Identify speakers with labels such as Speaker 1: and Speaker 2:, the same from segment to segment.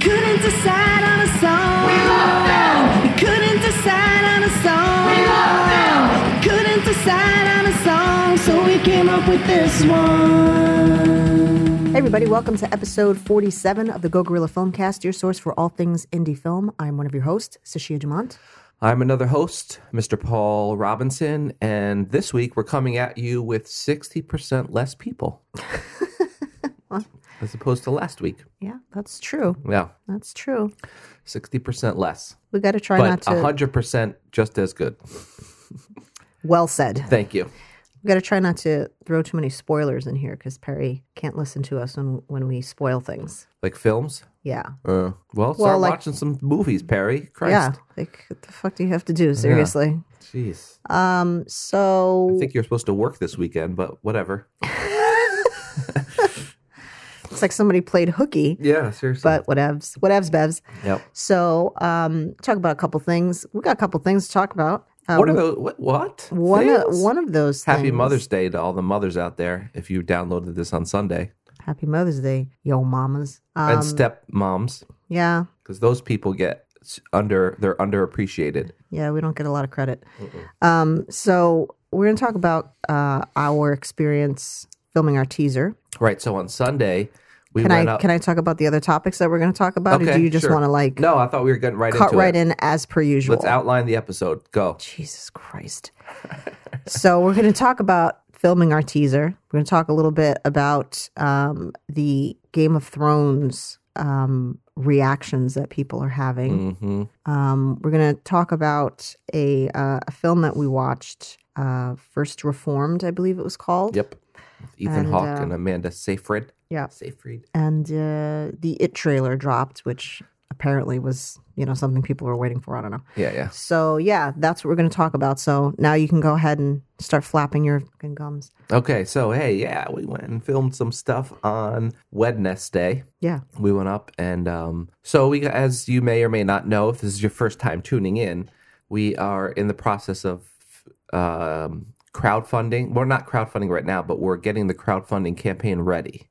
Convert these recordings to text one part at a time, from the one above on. Speaker 1: couldn't decide on a song. We
Speaker 2: love them.
Speaker 1: You couldn't decide on a song.
Speaker 2: We love them.
Speaker 1: You couldn't decide on a song, so we came up with this one.
Speaker 3: Hey everybody, welcome to episode 47 of the Go Gorilla Filmcast, your source for all things indie film. I'm one of your hosts, Sashia Dumont.
Speaker 4: I'm another host, Mr. Paul Robinson, and this week we're coming at you with 60% less people as opposed to last week.
Speaker 3: Yeah, that's true.
Speaker 4: Yeah,
Speaker 3: That's true.
Speaker 4: 60% less,
Speaker 3: We got to try
Speaker 4: but
Speaker 3: not to.
Speaker 4: 100% just as good.
Speaker 3: Well said.
Speaker 4: Thank you.
Speaker 3: We got to try not to throw too many spoilers in here because Perry can't listen to us when, when we spoil things.
Speaker 4: Like films?
Speaker 3: Yeah.
Speaker 4: Uh, well, start
Speaker 3: like-
Speaker 4: watching some movies, Perry. Christ.
Speaker 3: Yeah. Like, what the fuck do you have to do? Seriously.
Speaker 4: Jeez.
Speaker 3: Um. So.
Speaker 4: I think you're supposed to work this weekend, but whatever.
Speaker 3: It's like somebody played hooky,
Speaker 4: Yeah, seriously.
Speaker 3: but whatevs, whatevs, bevs.
Speaker 4: yep.
Speaker 3: So, um, talk about a couple things. We got a couple things to talk about. Uh,
Speaker 4: What are those? What? what?
Speaker 3: one of,
Speaker 4: Things?
Speaker 3: one of those.
Speaker 4: Happy
Speaker 3: things.
Speaker 4: Mother's Day to all the mothers out there if you downloaded this on Sunday.
Speaker 3: Happy Mother's Day, yo mamas. Um,
Speaker 4: and stepmoms
Speaker 3: yeah,
Speaker 4: because those people get s- under they're underappreciated.
Speaker 3: yeah. We don't get a lot of credit. Um, so we're gonna talk about uh, our experience filming our teaser.
Speaker 4: Right. So on Sunday we
Speaker 3: Can
Speaker 4: went
Speaker 3: I
Speaker 4: up.
Speaker 3: can I talk about the other topics that we're gonna talk about, or
Speaker 4: Okay,
Speaker 3: do you just
Speaker 4: sure.
Speaker 3: want to like
Speaker 4: no, I thought we were getting right
Speaker 3: cut
Speaker 4: into
Speaker 3: right
Speaker 4: it.
Speaker 3: in as per usual?
Speaker 4: Let's outline the episode. Go.
Speaker 3: Jesus Christ. so we're going to talk about filming our teaser. We're going to talk a little bit about um, the Game of Thrones um, reactions that people are having.
Speaker 4: hmm
Speaker 3: Um, we're going to talk about a uh, a film that we watched, uh, First Reformed, I believe it was called.
Speaker 4: Yep. Ethan
Speaker 3: And,
Speaker 4: Hawke
Speaker 3: uh,
Speaker 4: and Amanda Seyfried.
Speaker 3: Yeah.
Speaker 4: Seyfried.
Speaker 3: And uh, the It trailer dropped, which apparently was you know something people were waiting for. I don't know.
Speaker 4: Yeah, yeah.
Speaker 3: So yeah, that's what we're going to talk about. So now you can go ahead and start flapping your fucking gums.
Speaker 4: Okay, so hey, yeah, we went and filmed some stuff on Wednesday.
Speaker 3: Yeah,
Speaker 4: we went up and um, so we as you may or may not know if this is your first time tuning in we are in the process of um, crowdfunding we're not crowdfunding right now but we're getting the crowdfunding campaign ready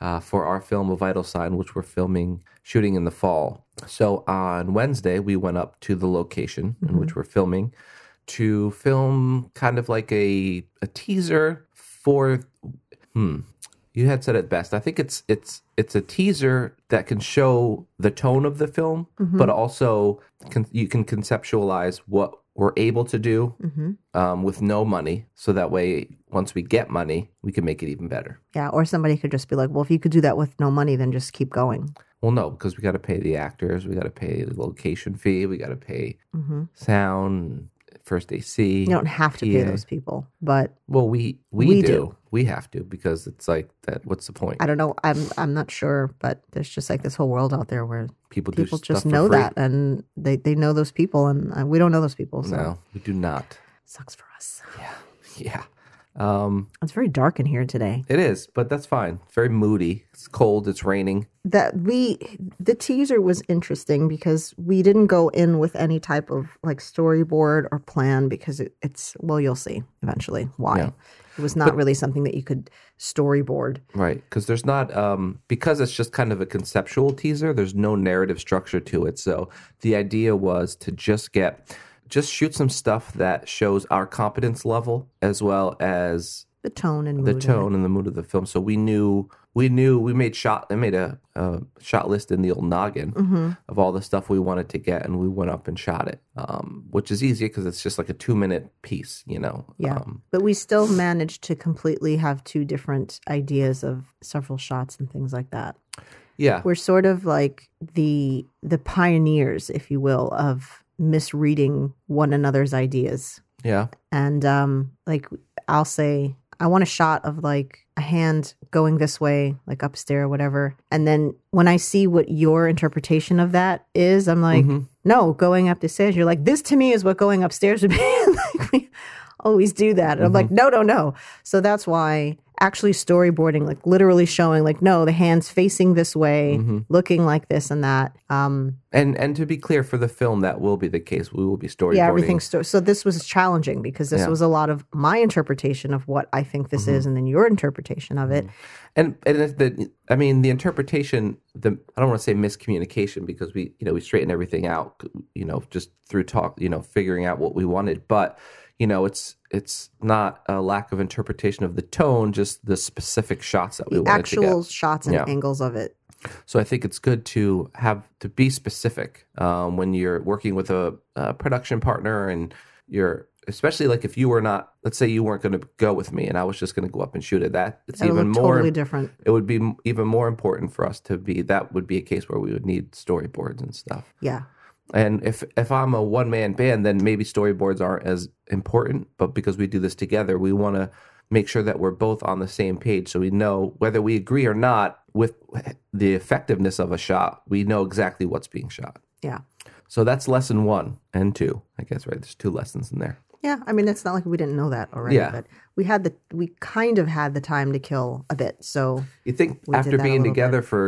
Speaker 4: uh, for our film a vital sign which we're filming shooting in the fall so on wednesday we went up to the location in which we're filming to film kind of like a, a teaser for hmm you had said it best. I think it's it's it's a teaser that can show the tone of the film,
Speaker 3: Mm-hmm.
Speaker 4: but also con- you can conceptualize what we're able to do
Speaker 3: Mm-hmm.
Speaker 4: um, with no money. So that way, once we get money, we can make it even better.
Speaker 3: yeah. Or somebody could just be like, "Well, if you could do that with no money, then just keep going."
Speaker 4: Well, no, because we got to pay the actors, we got to pay the location fee, we got to pay
Speaker 3: hmm
Speaker 4: sound, first AC.
Speaker 3: You don't have to pay
Speaker 4: Yeah.
Speaker 3: those people, but
Speaker 4: Well, we we,
Speaker 3: We
Speaker 4: do.
Speaker 3: do.
Speaker 4: we have to because it's like that. What's the point?
Speaker 3: I don't know. I'm I'm not sure, but there's just like this whole world out there where
Speaker 4: People do
Speaker 3: people
Speaker 4: stuff
Speaker 3: just
Speaker 4: for
Speaker 3: know
Speaker 4: free.
Speaker 3: that, and they they know those people, and uh, we don't know those people, so
Speaker 4: No, we do not.
Speaker 3: sucks for us.
Speaker 4: Yeah. Um,
Speaker 3: It's very dark in here today.
Speaker 4: It is, but that's fine. It's very moody. It's cold. It's raining.
Speaker 3: that we the teaser was interesting because we didn't go in with any type of like storyboard or plan because it, it's well you'll see eventually why
Speaker 4: Yeah.
Speaker 3: it was not really something that you could storyboard
Speaker 4: Right. Because there's not, um, because it's just kind of a conceptual teaser, there's no narrative structure to it. So the idea was to just get, just shoot some stuff that shows our competence level as well as
Speaker 3: the tone and
Speaker 4: the
Speaker 3: mood of it.
Speaker 4: tone and the mood of the film. So we knew, we knew, we made shot, I made a, a shot list in the old noggin
Speaker 3: Mm-hmm.
Speaker 4: of all the stuff we wanted to get and we went up and shot it, um, which is easy because it's just like a two minute piece, you know?
Speaker 3: yeah
Speaker 4: Um,
Speaker 3: but we still managed to completely have two different ideas of several shots and things like that
Speaker 4: yeah.
Speaker 3: we're sort of like the the pioneers if you will of misreading one another's ideas
Speaker 4: Yeah.
Speaker 3: and um like i'll say i want a shot of like a hand going this way like upstairs or whatever and then when i see what your interpretation of that is i'm like
Speaker 4: Mhm.
Speaker 3: no going up the stairs you're like this to me is what going upstairs would be like we always do that and i'm like no no no so that's why actually storyboarding, like literally showing, like, no, the hand's facing this way, looking like this and that. Um,
Speaker 4: And and to be clear, for the film, that will be the case. We will be storyboarding.
Speaker 3: yeah, everything's sto- so. This was challenging because this
Speaker 4: Yeah. Mm-hmm.
Speaker 3: was a lot of my interpretation of what I think this is, and then your interpretation of it.
Speaker 4: and and if the I mean the interpretation. The I don't want to say miscommunication because we you know we straighten everything out. You know, just through talk. You know, figuring out what we wanted, but. You know, it's it's not a lack of interpretation of the tone, just the specific shots that we wanted to get.
Speaker 3: Actual shots and
Speaker 4: Yeah.
Speaker 3: angles of it.
Speaker 4: So I think it's good to have to be specific um, when you're working with a, a production partner, and you're especially like if you were not, let's say you weren't going to go with me, and I was just going to go up and shoot at that. It's
Speaker 3: It
Speaker 4: even
Speaker 3: looked
Speaker 4: more.
Speaker 3: totally different.
Speaker 4: it would be m- even more important for us to be. That would be a case where we would need storyboards and stuff.
Speaker 3: Yeah.
Speaker 4: And if if I'm a one man band, then maybe storyboards aren't as important. But because we do this together, we want to make sure that we're both on the same page, so we know whether we agree or not with the effectiveness of a shot. We know exactly what's being shot.
Speaker 3: Yeah.
Speaker 4: So that's lesson one and two, I guess. Right? There's two lessons in there.
Speaker 3: Yeah, I mean, it's not like we didn't know that already,
Speaker 4: Yeah.
Speaker 3: but we had the we kind of had the time to kill a bit. So
Speaker 4: You think
Speaker 3: We did
Speaker 4: after
Speaker 3: that a
Speaker 4: being
Speaker 3: little
Speaker 4: together for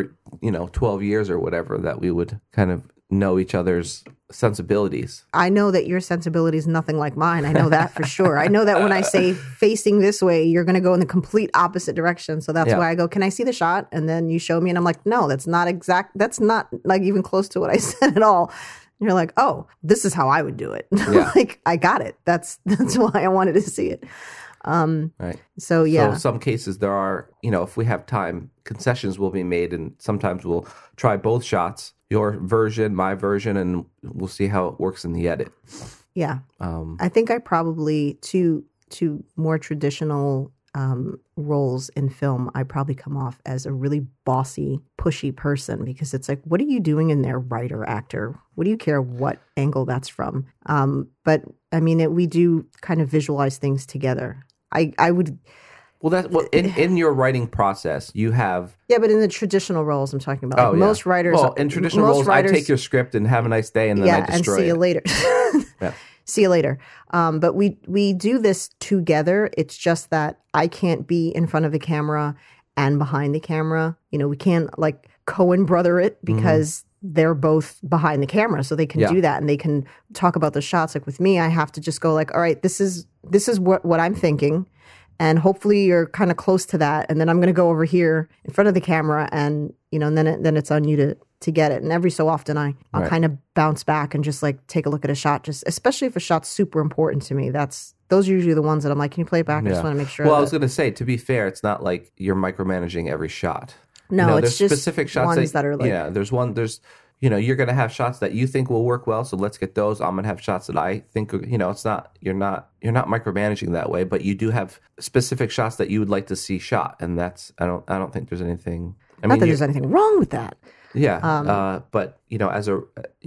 Speaker 4: you know 12 years or whatever that we would kind of know each other's sensibilities.
Speaker 3: I know that your sensibility is nothing like mine. I know that for sure. I know that when I say facing this way, you're going to go in the complete opposite direction. So that's
Speaker 4: Yeah.
Speaker 3: why I go, "Can I see the shot?" And then you show me, and I'm like, "No, that's not exact. That's not like even close to what I said at all." And you're like, "Oh, this is how I would do it.
Speaker 4: Yeah.
Speaker 3: like I got it. That's that's why I wanted to see it."
Speaker 4: Right.
Speaker 3: So yeah,
Speaker 4: So some cases there are, you know, if we have time, concessions will be made, and sometimes we'll try both shots, your version, my version, and we'll see how it works in the edit.
Speaker 3: yeah.
Speaker 4: Um,
Speaker 3: I think I probably to to more traditional um, roles in film, I probably come off as a really bossy, pushy person because it's like, what are you doing in there, writer, actor? What do you care what angle that's from? Um, but I mean, it, we do kind of visualize things together. I I would
Speaker 4: well, that's well in, in your writing process, you have
Speaker 3: yeah, but in the traditional roles, I'm talking about like
Speaker 4: oh, yeah.
Speaker 3: most writers.
Speaker 4: Well, in traditional
Speaker 3: most
Speaker 4: roles,
Speaker 3: writers-
Speaker 4: I take your script and have a nice day, and then I
Speaker 3: yeah, and
Speaker 4: destroy
Speaker 3: see
Speaker 4: it.
Speaker 3: you later.
Speaker 4: Yeah.
Speaker 3: See you later. Um, but we we do this together. It's just that I can't be in front of the camera and behind the camera. You know, we can't like Cohen brother it because they're both behind the camera, so they can
Speaker 4: Mm-hmm. Yeah.
Speaker 3: do that and they can talk about the shots. Like with me, I have to just go like, all right, this is this is what what I'm thinking. And hopefully you're kind of close to that, and then I'm going to go over here in front of the camera, and you know, and then it, then it's on you to to get it. And every so often, I I'll
Speaker 4: Right.
Speaker 3: kind of bounce back and just like take a look at a shot, just especially if a shot's super important to me. That's those are usually the ones that I'm like, can you play it back? I just
Speaker 4: Yeah.
Speaker 3: want to make sure.
Speaker 4: Well, I
Speaker 3: that-
Speaker 4: was going to say, to be fair, it's not like you're micromanaging every shot.
Speaker 3: No, it's
Speaker 4: there's
Speaker 3: just
Speaker 4: specific shots
Speaker 3: ones that are like-
Speaker 4: yeah. There's one. There's you know you're going to have shots that you think will work well, so let's get those. I'm going to have shots that I think you know it's not you're not you're not micromanaging that way, but you do have specific shots that you would like to see shot, and that's I don't I don't think there's anything. I
Speaker 3: not that
Speaker 4: you-
Speaker 3: there's um, anything wrong with that.
Speaker 4: yeah, uh, but you know, as a,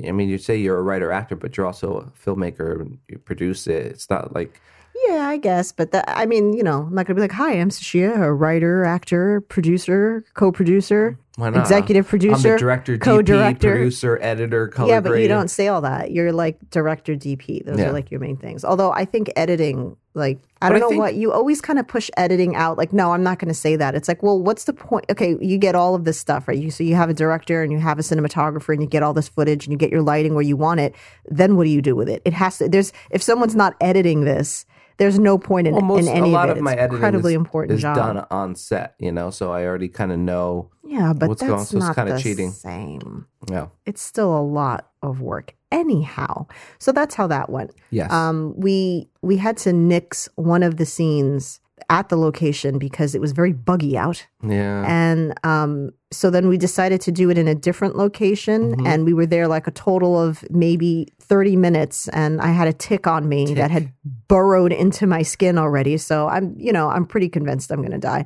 Speaker 4: I mean, you say you're a writer actor, but you're also a filmmaker. and You produce it. It's not like
Speaker 3: Yeah, I guess, but that, I mean, you know, I'm not gonna be like, "Hi, I'm Sashia, a writer, actor, producer, co-producer,
Speaker 4: Why not?
Speaker 3: executive producer,
Speaker 4: I'm the director, DP,
Speaker 3: co-director."
Speaker 4: producer, editor, color
Speaker 3: yeah, but you
Speaker 4: grading.
Speaker 3: don't say all that. You're like director, DP. Those
Speaker 4: Yeah.
Speaker 3: are like your main things. Although I think editing, like I don't
Speaker 4: I
Speaker 3: know
Speaker 4: think-
Speaker 3: what you always kind of push editing out. Like, no, I'm not going to say that. It's like, well, what's the point? Okay, you get all of this stuff, right? You so you have a director and you have a cinematographer and you get all this footage and you get your lighting where you want it. Then what do you do with it? It has to. There's if someone's not editing this, there's no point in,
Speaker 4: Almost
Speaker 3: in any
Speaker 4: a lot
Speaker 3: of it.
Speaker 4: of my
Speaker 3: it's
Speaker 4: editing
Speaker 3: incredibly
Speaker 4: is,
Speaker 3: important
Speaker 4: is
Speaker 3: job.
Speaker 4: done on set, you know, so I already kind of know.
Speaker 3: yeah, but
Speaker 4: what's going on,
Speaker 3: that's
Speaker 4: so it's
Speaker 3: not
Speaker 4: kinda
Speaker 3: the
Speaker 4: cheating.
Speaker 3: same.
Speaker 4: Yeah.
Speaker 3: It's still a lot of work, anyhow. So that's how that went.
Speaker 4: Yes.
Speaker 3: um, we we had to nix one of the scenes at the location because it was very buggy out,
Speaker 4: yeah.
Speaker 3: and um, so then we decided to do it in a different location,
Speaker 4: Mm-hmm.
Speaker 3: and we were there like a total of maybe thirty minutes, and I had a tick on me that had burrowed into my skin already, so I'm you know I'm pretty convinced I'm going to die,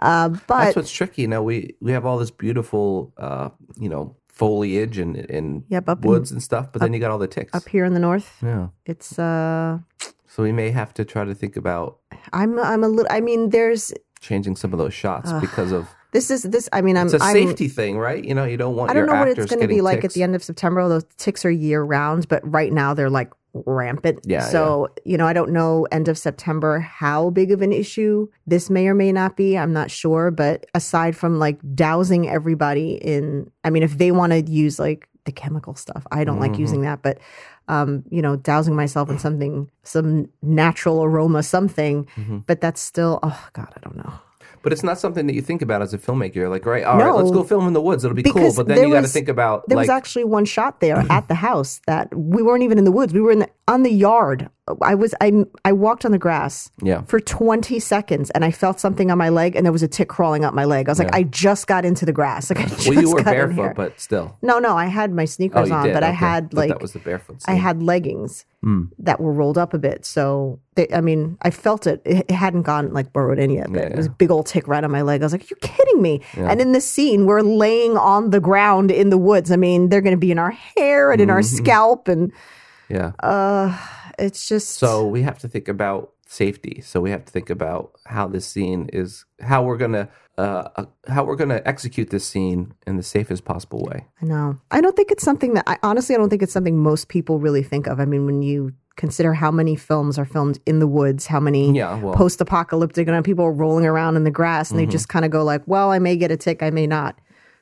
Speaker 3: uh,
Speaker 4: That's
Speaker 3: but.
Speaker 4: what's tricky. You know, we, we have all this beautiful, uh, you know, foliage and, and
Speaker 3: Yep, up in-
Speaker 4: woods and stuff, but then you got all the ticks.
Speaker 3: Up here in the north,
Speaker 4: yeah.
Speaker 3: it's uh,
Speaker 4: So we may have to try to think about
Speaker 3: I'm I'm a little. I mean, there's
Speaker 4: changing some of those shots because of
Speaker 3: this is this. I mean, I'm
Speaker 4: it's a
Speaker 3: I'm,
Speaker 4: safety thing, right? You know, you don't want
Speaker 3: I don't
Speaker 4: your
Speaker 3: know what
Speaker 4: actors
Speaker 3: it's going to
Speaker 4: getting
Speaker 3: be like
Speaker 4: ticks.
Speaker 3: at the end of September. Those ticks are year round, but right now they're like rampant.
Speaker 4: Yeah,
Speaker 3: So, you know, I don't know end of September how big of an issue this may or may not be. I'm not sure. But aside from like dousing everybody in, I mean, if they want to use like the chemical stuff, I don't like
Speaker 4: Mhm.
Speaker 3: using that. But, um, you know, dousing myself in something, some natural aroma, something.
Speaker 4: Mhm.
Speaker 3: But that's still, oh God, I don't know.
Speaker 4: But it's not something that you think about as a filmmaker. You're like, all right, all right, let's
Speaker 3: No.
Speaker 4: go film in the woods. It'll be cool.
Speaker 3: Because
Speaker 4: But then
Speaker 3: there
Speaker 4: you got to
Speaker 3: was-
Speaker 4: think about
Speaker 3: There
Speaker 4: like Mm-hmm.
Speaker 3: was actually one shot there at the house that we weren't even in the woods. We were in the, on the yard. I was I I walked on the grass
Speaker 4: Yeah.
Speaker 3: for 20 seconds and I felt something on my leg and there was a tick crawling up my leg. I was like
Speaker 4: Yeah.
Speaker 3: I just got into the grass. Like I just
Speaker 4: Well, you were
Speaker 3: got in here.
Speaker 4: barefoot, but still.
Speaker 3: No, no, I had my
Speaker 4: Oh,
Speaker 3: sneakers
Speaker 4: you
Speaker 3: on,
Speaker 4: did.
Speaker 3: but I
Speaker 4: okay.
Speaker 3: had
Speaker 4: But
Speaker 3: like
Speaker 4: that was the barefoot.
Speaker 3: I
Speaker 4: scene.
Speaker 3: had leggings
Speaker 4: Mm.
Speaker 3: that were rolled up a bit. So they, I mean, I felt it. It it hadn't gone like burrowed in yet, but
Speaker 4: Yeah,
Speaker 3: it was a
Speaker 4: yeah.
Speaker 3: big old tick right on my leg. I was like, "Are you kidding me?"
Speaker 4: Yeah.
Speaker 3: And in this scene, we're laying on the ground in the woods. I mean, they're going to be in our hair and in our
Speaker 4: Mm-hmm.
Speaker 3: scalp, and
Speaker 4: Yeah.
Speaker 3: uh, it's just
Speaker 4: So we have to think about safety. So we have to think about how this scene is, how we're gonna, uh, uh, how we're gonna execute this scene in the safest possible way.
Speaker 3: I know. I don't think it's something that I honestly I don't think it's something most people really think of. I mean, when you consider how many films are filmed in the woods, how many
Speaker 4: Yeah, well- Mm-hmm.
Speaker 3: post-apocalyptic and people are rolling around in the grass and they just kind of go like, "Well, I may get a tick, I may not."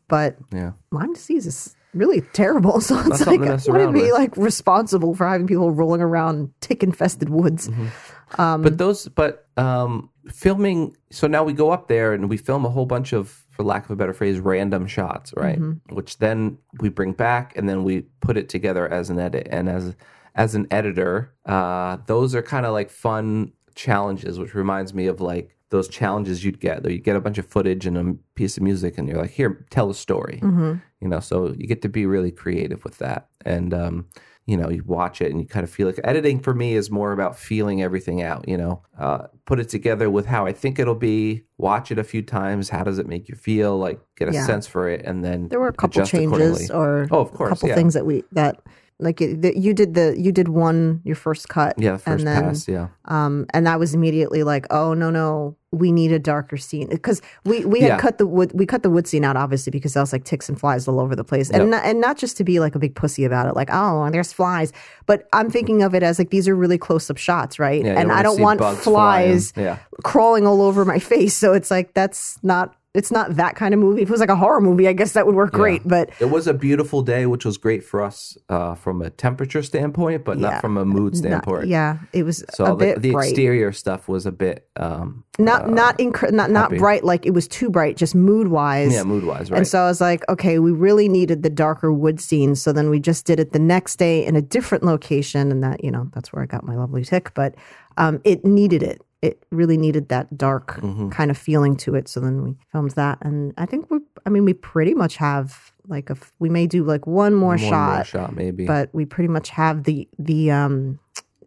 Speaker 3: But
Speaker 4: Yeah.
Speaker 3: Lyme disease is really terrible, so it's like
Speaker 4: something to
Speaker 3: I
Speaker 4: mess
Speaker 3: wouldn't
Speaker 4: around
Speaker 3: be
Speaker 4: with.
Speaker 3: like responsible for having people rolling around tick-infested woods.
Speaker 4: Mm-hmm. but those, but um, filming. So now we go up there and we film a whole bunch of, for lack of a better phrase, random shots, right? Which then we bring back and then we put it together as an edit. And as as an editor, uh, those are kind of like fun challenges, which reminds me of like those challenges you'd get. You get a bunch of footage and a piece of music, and you're like, "Here, tell a story." You know, so you get to be really creative with that, and um, you know, you watch it and you kind of feel like editing for me is more about feeling everything out. You know, uh, put it together with how I think it'll be. Watch it a few times. How does it make you feel? Like get a
Speaker 3: Yeah.
Speaker 4: sense for it, and then
Speaker 3: there were a couple
Speaker 4: adjust accordingly.
Speaker 3: changes uh, or
Speaker 4: Oh, of course,
Speaker 3: a couple
Speaker 4: yeah.
Speaker 3: things that we that like you, that you did the you did one your first cut
Speaker 4: Yeah, the first
Speaker 3: and then
Speaker 4: pass. Yeah,
Speaker 3: um and I was immediately like oh no no we need a darker scene because we we had
Speaker 4: Yeah.
Speaker 3: cut the wood we cut the wood scene out obviously because that was like ticks and flies all over the place and
Speaker 4: Yep.
Speaker 3: not, and not just to be like a big pussy about it like oh there's flies but I'm thinking of it as like these are really close up shots right
Speaker 4: yeah. you
Speaker 3: and I
Speaker 4: wanna
Speaker 3: don't
Speaker 4: see
Speaker 3: want
Speaker 4: bugs flying.
Speaker 3: flies
Speaker 4: Yeah.
Speaker 3: crawling all over my face. So it's like that's not it's not that kind of movie. If it was like a horror movie, I guess that would work great. But
Speaker 4: It was a beautiful day, which was great for us uh, from a temperature standpoint, but
Speaker 3: Yeah.
Speaker 4: not from a mood
Speaker 3: not-
Speaker 4: standpoint.
Speaker 3: yeah, it was
Speaker 4: So
Speaker 3: a
Speaker 4: the,
Speaker 3: bit
Speaker 4: the
Speaker 3: bright.
Speaker 4: exterior stuff was a bit, um,
Speaker 3: not not incre- not not
Speaker 4: happy.
Speaker 3: bright. Like it was too bright. Just mood wise.
Speaker 4: yeah, mood wise, right?
Speaker 3: And so I was like, okay, we really needed the darker wood scene. So then we just did it the next day in a different location. And that, you know, that's where I got my lovely tick. But um, it needed it. It really needed that dark kind of feeling to it. So then we filmed that. And I think we, I mean, we pretty much have like a, f- we may do like one more,
Speaker 4: One
Speaker 3: shot,
Speaker 4: more shot, maybe.
Speaker 3: but we pretty much have the, the, um,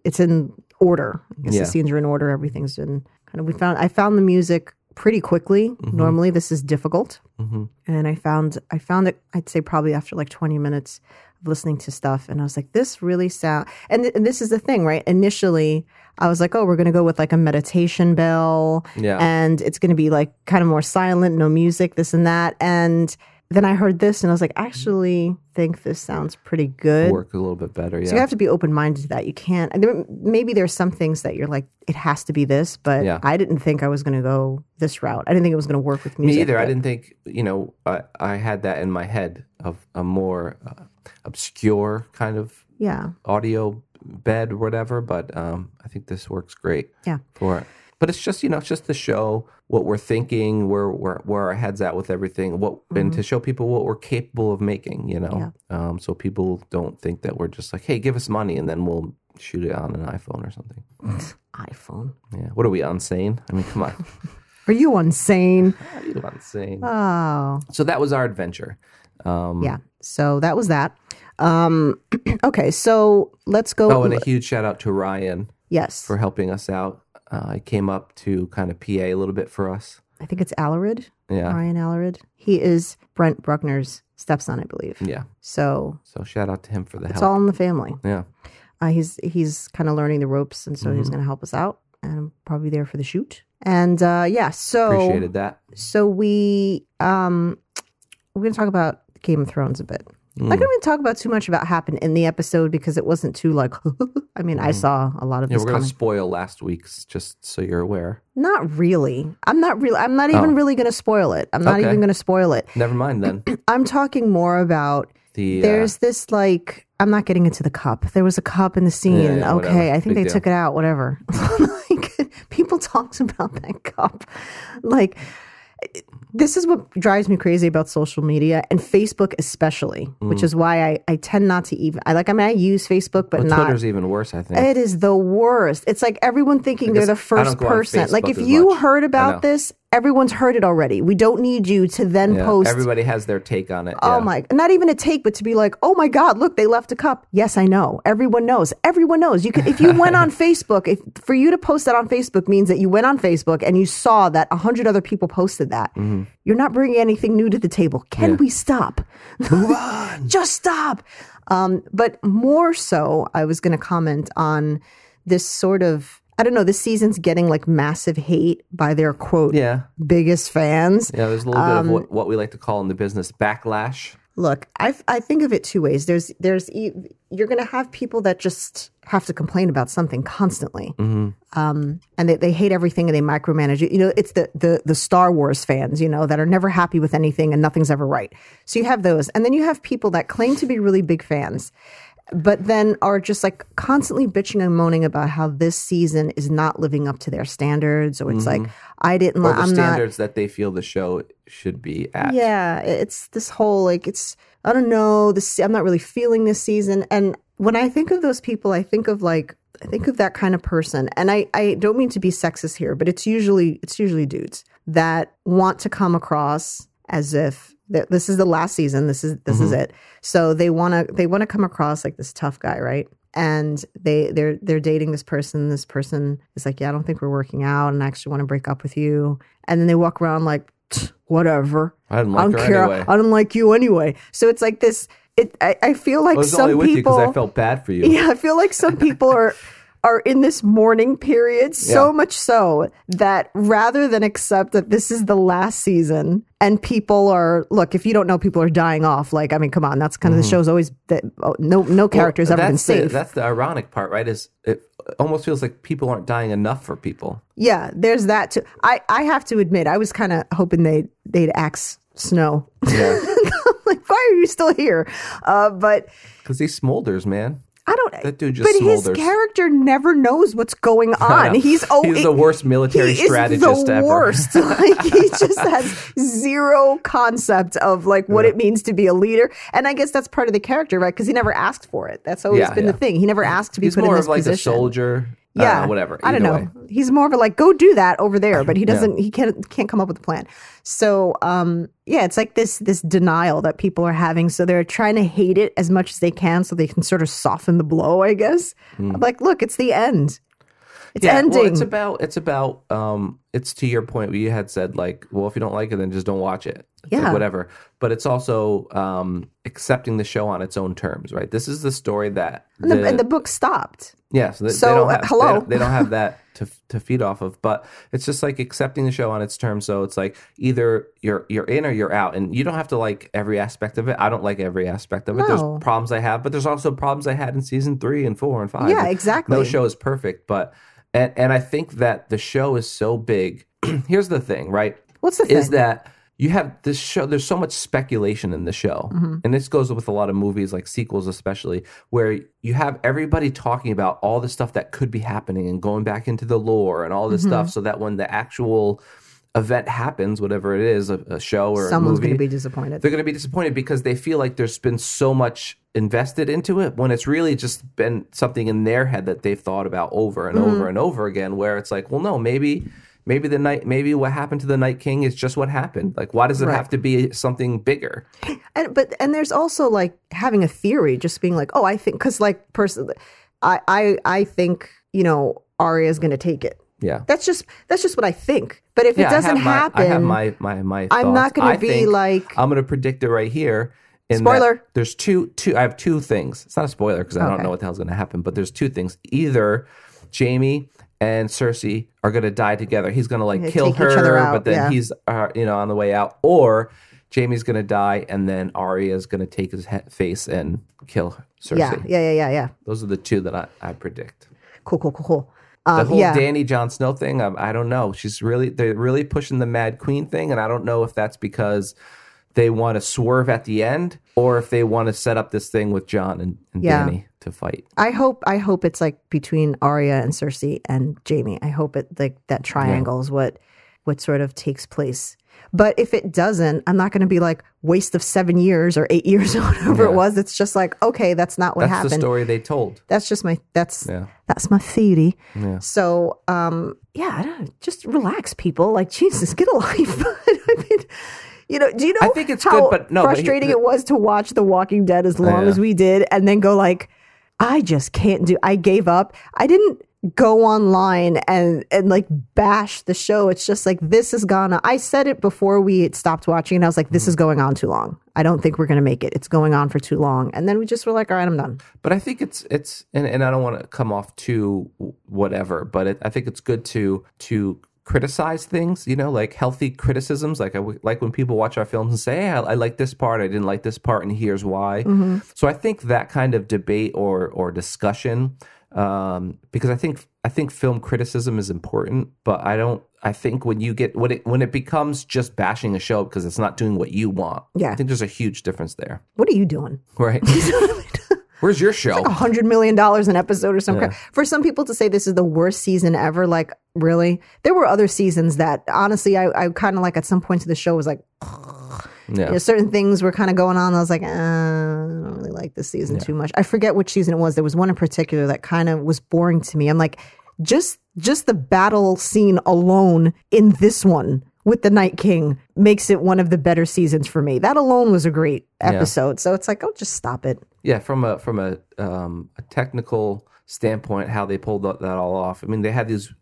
Speaker 3: it's in order. I guess
Speaker 4: Yeah.
Speaker 3: the scenes are in order. Everything's in kind of, we found, I found the music pretty quickly.
Speaker 4: Mm-hmm.
Speaker 3: Normally this is difficult
Speaker 4: Mhm.
Speaker 3: and I found I found it. I'd say probably after like twenty minutes of listening to stuff, and I was like, this really sound. And, th- and this is the thing, right? Initially, I was like, oh, we're gonna go with like a meditation bell,
Speaker 4: Yeah.
Speaker 3: and it's gonna be like kind of more silent, no music, this and that, and. Then I heard this and I was like, actually, think this sounds pretty good.
Speaker 4: work a little bit better. Yeah.
Speaker 3: So you have to be open minded to that. You can't. and There, maybe there's some things that you're like, it has to be this, but
Speaker 4: Yeah.
Speaker 3: I didn't think I was going to go this route. I didn't think it was going to work with music.
Speaker 4: Me either. I
Speaker 3: but-
Speaker 4: didn't think, you know, I, I had that in my head of a more uh, obscure kind of
Speaker 3: Yeah.
Speaker 4: audio bed or whatever, but um, I think this works great.
Speaker 3: Yeah.
Speaker 4: For it. But it's just, you know, it's just to show what we're thinking, where where where our heads at with everything, what and
Speaker 3: Mm-hmm.
Speaker 4: to show people what we're capable of making, you know. Um, so people don't think that we're just like, hey, give us money and then we'll shoot it on an iPhone or something.
Speaker 3: iPhone.
Speaker 4: Yeah. What are we unsane? I mean, come on.
Speaker 3: Are you insane?
Speaker 4: Are you unsane?
Speaker 3: Oh,
Speaker 4: so that was our adventure. Um,
Speaker 3: yeah. So that was that. Um, okay, so let's go.
Speaker 4: Oh, and a huge shout out to Ryan
Speaker 3: yes,
Speaker 4: for helping us out. Uh, he came up to kind of PA a little bit for us.
Speaker 3: I think it's Allerid,
Speaker 4: Yeah.
Speaker 3: Ryan Allerid. He is Brent Bruckner's stepson, I believe.
Speaker 4: Yeah.
Speaker 3: So
Speaker 4: So shout out to him for the
Speaker 3: it's
Speaker 4: help.
Speaker 3: all in the family.
Speaker 4: yeah.
Speaker 3: Uh, he's he's kind of learning the ropes, and so he's
Speaker 4: Mm-hmm.
Speaker 3: going to help us out, and I'm probably there for the shoot. And uh, yeah, so
Speaker 4: Appreciated that.
Speaker 3: so we um we're going to talk about Game of Thrones a bit.
Speaker 4: Mm.
Speaker 3: Not going to talk about too much about happened in the episode because it wasn't too like. I mean, I saw a lot of
Speaker 4: Mm. Yeah,
Speaker 3: this
Speaker 4: we're going to
Speaker 3: coming.
Speaker 4: spoil last week's, just so you're aware.
Speaker 3: Not really. I'm not really. I'm not even
Speaker 4: Oh.
Speaker 3: really going to spoil it. I'm not
Speaker 4: Okay.
Speaker 3: even going to spoil it.
Speaker 4: Never mind then.
Speaker 3: I'm talking more about
Speaker 4: The uh,
Speaker 3: there's this like I'm not getting into the cup. There was a cup in the scene.
Speaker 4: Yeah, yeah,
Speaker 3: okay,
Speaker 4: whatever.
Speaker 3: I think
Speaker 4: Big
Speaker 3: they
Speaker 4: deal.
Speaker 3: took it out. Whatever. like people talked about that cup. Like this is what drives me crazy about social media and Facebook especially, which
Speaker 4: Mm.
Speaker 3: is why I I tend not to even I like I mean I use Facebook but
Speaker 4: uh,
Speaker 3: not
Speaker 4: Twitter's even worse, I think.
Speaker 3: it is the worst. It's like everyone thinking they're
Speaker 4: guess
Speaker 3: the
Speaker 4: I
Speaker 3: first
Speaker 4: don't go on
Speaker 3: person. Like
Speaker 4: Facebook
Speaker 3: if
Speaker 4: as
Speaker 3: you
Speaker 4: much.
Speaker 3: heard
Speaker 4: I
Speaker 3: about
Speaker 4: know.
Speaker 3: this, everyone's heard it already. We don't need you to then
Speaker 4: Yeah,
Speaker 3: post.
Speaker 4: Everybody has their take on it.
Speaker 3: Oh
Speaker 4: yeah.
Speaker 3: my! Not even a take, but to be like, oh my God, look, they left a cup. Yes, I know. Everyone knows. Everyone knows. You can, if you went on Facebook, if for you to post that on Facebook means that you went on Facebook and you saw that a hundred other people posted that.
Speaker 4: Mm-hmm.
Speaker 3: You're not bringing anything new to the table. Can we stop? just stop. Um, but more so, I was going to comment on this sort of I don't know. This season's getting like massive hate by their quote
Speaker 4: Yeah.
Speaker 3: biggest fans.
Speaker 4: Yeah, there's a little
Speaker 3: Um,
Speaker 4: bit of what, what we like to call in the business backlash.
Speaker 3: Look, I I think of it two ways. There's there's e- you're going to have people that just have to complain about something constantly, um, and they, they hate everything and they micromanage it. You know, it's the the the Star Wars fans, you know, that are never happy with anything and nothing's ever right. So you have those, and then you have people that claim to be really big fans, but then are just like constantly bitching and moaning about how this season is not living up to their standards, or it's like I didn't, li-
Speaker 4: Or the
Speaker 3: I'm not.
Speaker 4: standards that they feel the show should be at.
Speaker 3: Yeah, it's this whole like it's I don't know this I'm not really feeling this season and when I think of those people I think of like I think of that kind of person and I I don't mean to be sexist here but it's usually it's usually dudes that want to come across as if that this is the last season this is this is it so they want to they want to come across like this tough guy right and they they're they're dating this person this person is like yeah i don't think we're working out and i actually want to break up with you and then they walk around like "Tch, whatever
Speaker 4: I didn't like
Speaker 3: I don't
Speaker 4: her
Speaker 3: care. Uh,
Speaker 4: anyway.
Speaker 3: I don't like you anyway. So it's like this. It. I, I feel like
Speaker 4: I was
Speaker 3: some
Speaker 4: only with you
Speaker 3: people.
Speaker 4: because I felt bad for you.
Speaker 3: yeah, I feel like some people are are in this mourning period so
Speaker 4: Yeah.
Speaker 3: much so that rather than accept that this is the last season and people are look if you don't know people are dying off like I mean come on that's kind of the show's always that oh, no no character has
Speaker 4: Mm. Well,
Speaker 3: ever been
Speaker 4: that's the-
Speaker 3: safe
Speaker 4: that's the ironic part, right? Is it almost feels like people aren't dying enough for people.
Speaker 3: yeah there's that too I I have to admit I was kind of hoping they they'd axe Snow
Speaker 4: Yeah.
Speaker 3: like why are you still here uh, but
Speaker 4: Because he smolders, man.
Speaker 3: I don't.
Speaker 4: That dude just
Speaker 3: But his
Speaker 4: smolders.
Speaker 3: character never knows what's going
Speaker 4: I
Speaker 3: on.
Speaker 4: know.
Speaker 3: He's always
Speaker 4: He's the worst military
Speaker 3: he
Speaker 4: strategist
Speaker 3: is the
Speaker 4: ever.
Speaker 3: worst. like he just has zero concept of like what it means to be a leader. And I guess that's part of the character, right? Because he never asked for it. That's always
Speaker 4: Yeah,
Speaker 3: been the
Speaker 4: yeah.
Speaker 3: thing. He never asked to be
Speaker 4: He's
Speaker 3: put in
Speaker 4: more
Speaker 3: this
Speaker 4: of like
Speaker 3: position.
Speaker 4: a soldier. I don't
Speaker 3: Yeah,
Speaker 4: know, whatever.
Speaker 3: I don't
Speaker 4: Either
Speaker 3: know.
Speaker 4: way.
Speaker 3: He's more of a like, go do that over there, but he doesn't. He can't can't come up with a plan. So, um, yeah, it's like this this denial that people are having. So they're trying to hate it as much as they can, so they can sort of soften the blow. I guess. I'm like, look, it's the end. It's
Speaker 4: Hmm. Yeah,
Speaker 3: ending.
Speaker 4: Well, it's about it's about um it's to your point where you had said like, well, if you don't like it, then just don't watch it. It's like,
Speaker 3: Yeah.
Speaker 4: whatever. But it's also um accepting the show on its own terms, right? This is the story that
Speaker 3: and, the, and the book stopped.
Speaker 4: Yeah, so they, they
Speaker 3: So,
Speaker 4: don't
Speaker 3: uh,
Speaker 4: have, they
Speaker 3: hello.
Speaker 4: don't- They don't, have that to to feed off of. But it's just like accepting the show on its terms. So it's like either you're you're in or you're out, and you don't have to like every aspect of it. I don't like every aspect of it.
Speaker 3: No.
Speaker 4: There's problems I have, but there's also problems I had in season three and four and five.
Speaker 3: Yeah,
Speaker 4: Like,
Speaker 3: exactly.
Speaker 4: No show is perfect, but and and I think that the show is so big. Here's the thing, right?
Speaker 3: What's the
Speaker 4: is
Speaker 3: thing?
Speaker 4: that you have this show there's so much speculation in the show
Speaker 3: Mm-hmm.
Speaker 4: and this goes with a lot of movies like sequels especially where you have everybody talking about all the stuff that could be happening and going back into the lore and all this
Speaker 3: Mm-hmm.
Speaker 4: stuff so that when the actual event happens whatever it is a, a show or
Speaker 3: Someone's
Speaker 4: a movie
Speaker 3: going to be disappointed.
Speaker 4: they're going to be disappointed because they feel like there's been so much invested into it when it's really just been something in their head that they've thought about over and
Speaker 3: Mm-hmm.
Speaker 4: over and over again where it's like well no maybe maybe the night maybe what happened to the night king is just what happened like why does it
Speaker 3: Right.
Speaker 4: have to be something bigger
Speaker 3: and but and there's also like having a theory, just being like, oh, I think because like person, I I I think you know Arya's going to take it.
Speaker 4: yeah
Speaker 3: That's just that's just what I think. But if
Speaker 4: Yeah,
Speaker 3: it
Speaker 4: I
Speaker 3: doesn't
Speaker 4: have my-
Speaker 3: happen,
Speaker 4: I have my my my.
Speaker 3: I'm not
Speaker 4: thoughts.
Speaker 3: gonna
Speaker 4: I
Speaker 3: be
Speaker 4: think
Speaker 3: like-
Speaker 4: I'm going to predict it right here. in that
Speaker 3: Spoiler.
Speaker 4: There's two two. I have two things. It's not a spoiler because I
Speaker 3: Okay.
Speaker 4: don't know what the hell's going to happen. But there's two things. Either Jamie and Cersei are going to die together. He's going to like
Speaker 3: Yeah,
Speaker 4: kill
Speaker 3: take each
Speaker 4: her,
Speaker 3: other out,
Speaker 4: but then
Speaker 3: yeah.
Speaker 4: he's uh, you know on the way out, or Jamie's gonna die, and then Arya's gonna take his he- face and kill Cersei.
Speaker 3: Yeah, yeah, yeah, yeah, yeah.
Speaker 4: Those are the two that I, I predict.
Speaker 3: Cool, cool, cool, cool.
Speaker 4: The
Speaker 3: Um,
Speaker 4: whole
Speaker 3: yeah,
Speaker 4: Danny Jon Snow thing, um, I, I don't know. She's really they're really pushing the Mad Queen thing, and I don't know if that's because they want to swerve at the end or if they want to set up this thing with John and, and
Speaker 3: Yeah.
Speaker 4: Danny to fight.
Speaker 3: I hope I hope it's like between Arya and Cersei and Jamie. I hope it like that triangle is what what sort of takes place. But if it doesn't, I'm not going to be like waste of seven years or eight years or whatever it
Speaker 4: Yeah.
Speaker 3: was. It's just like okay, that's not what
Speaker 4: That's the
Speaker 3: happened.
Speaker 4: story they told.
Speaker 3: That's just my that's
Speaker 4: Yeah.
Speaker 3: that's my theory.
Speaker 4: Yeah.
Speaker 3: So um yeah, I don't know. Just relax, people. Like Jesus, get a life. I mean, you know, do you know
Speaker 4: I think it's
Speaker 3: how
Speaker 4: good, but no, but he-
Speaker 3: frustrating it was to watch The Walking Dead as long
Speaker 4: Yeah.
Speaker 3: as we did and then go like, I just can't do I gave up. I didn't go online and and like bash the show. It's just like this is gonna I said it before we had stopped watching and I was like,
Speaker 4: Mm.
Speaker 3: this is going on too long. I don't think we're gonna make it. It's going on for too long. And then we just were like, all right, I'm done.
Speaker 4: But I think it's it's and, and I don't want to come off too whatever, but it, I think it's good to to criticize things, you know, like healthy criticisms, like I w- like when people watch our films and say, "Hey, I, I like this part, I didn't like this part, and here's why." So I think that kind of debate or or discussion, um, because I think I think film criticism is important, but I don't. I think when you get when it when it becomes just bashing a show because it's not doing what you want,
Speaker 3: Yeah.
Speaker 4: I think there's a huge difference there,
Speaker 3: What are you doing?
Speaker 4: right? Where's your show?
Speaker 3: a hundred million dollars an episode or some crap. For some people to say this is the worst season ever, like really, there were other seasons that honestly, I, I kind of like at some points of the show was like,
Speaker 4: Yeah.
Speaker 3: you know, certain things were kind of going on. and I was like, uh, I don't really like this season too much. I forget which season it was. There was one in particular that kind of was boring to me. I'm like, just just the battle scene alone in this one with the Night King makes it one of the better seasons for me. That alone was a great episode. So it's like, oh, just stop it.
Speaker 4: Yeah, from a from a um, a technical standpoint, how they pulled that, that all off. I mean, they had these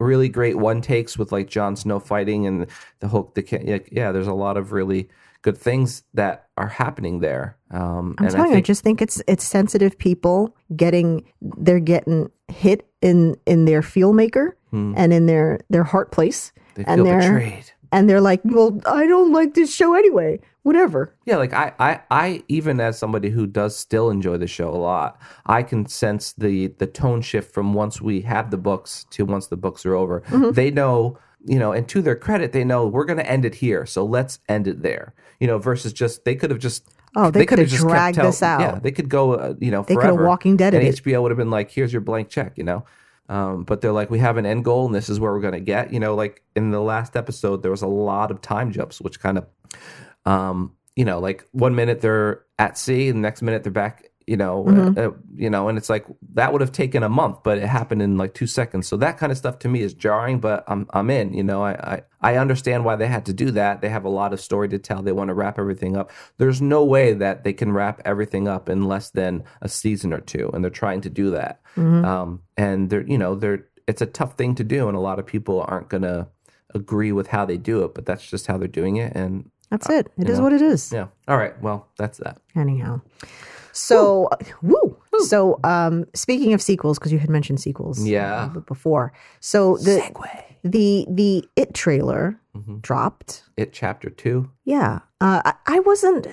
Speaker 4: really great one takes with like Jon Snow fighting and the Hulk. The ca- yeah, yeah, there's a lot of really good things that are happening there. Um,
Speaker 3: I'm
Speaker 4: and
Speaker 3: telling
Speaker 4: I
Speaker 3: you, I
Speaker 4: think
Speaker 3: just think it's it's sensitive people getting they're getting hit in in their feel maker and in their their heart place,
Speaker 4: Hmm. they
Speaker 3: and
Speaker 4: feel
Speaker 3: they're
Speaker 4: betrayed.
Speaker 3: and they're like, well, I don't like this show anyway. Whatever.
Speaker 4: Yeah, like I, I, I, even as somebody who does still enjoy the show a lot, I can sense the the tone shift from once we have the books to once the books are over.
Speaker 3: Mm-hmm.
Speaker 4: They know, you know, and to their credit, they know we're going to end it here, so let's end it there. You know, versus just they could have just
Speaker 3: Oh, they could have
Speaker 4: kept
Speaker 3: dragged
Speaker 4: tell-
Speaker 3: this out.
Speaker 4: Yeah, they could go, uh, you know,
Speaker 3: They could have
Speaker 4: forever.
Speaker 3: Walking Deaded
Speaker 4: and
Speaker 3: it.
Speaker 4: HBO would have been like, "Here's your blank check," you know. Um, but they're like, we have an end goal, and this is where we're going to get. You know, like in the last episode, there was a lot of time jumps, which kind of um, you know, like one minute they're at sea, and the next minute they're back, you know, uh, uh, you know, and it's like that would have taken a month, but it happened in like two seconds. So that kind of stuff to me is jarring, but I'm I'm in. You know, I I, I understand why they had to do that. They have a lot of story to tell. They want to wrap everything up. There's no way that they can wrap everything up in less than a season or two, and they're trying to do that. Um, and they're you know they're it's a tough thing to do, and a lot of people aren't gonna agree with how they do it, but that's just how they're doing it, and
Speaker 3: That's it. It is what it is.
Speaker 4: Uh, yeah. All right. Well, that's that.
Speaker 3: Anyhow. So uh, woo. So um speaking of sequels, because you had mentioned sequels
Speaker 4: Yeah.
Speaker 3: a little bit before. So the the the it trailer
Speaker 4: Mm-hmm.
Speaker 3: dropped.
Speaker 4: It chapter two.
Speaker 3: Yeah, uh, I, I wasn't.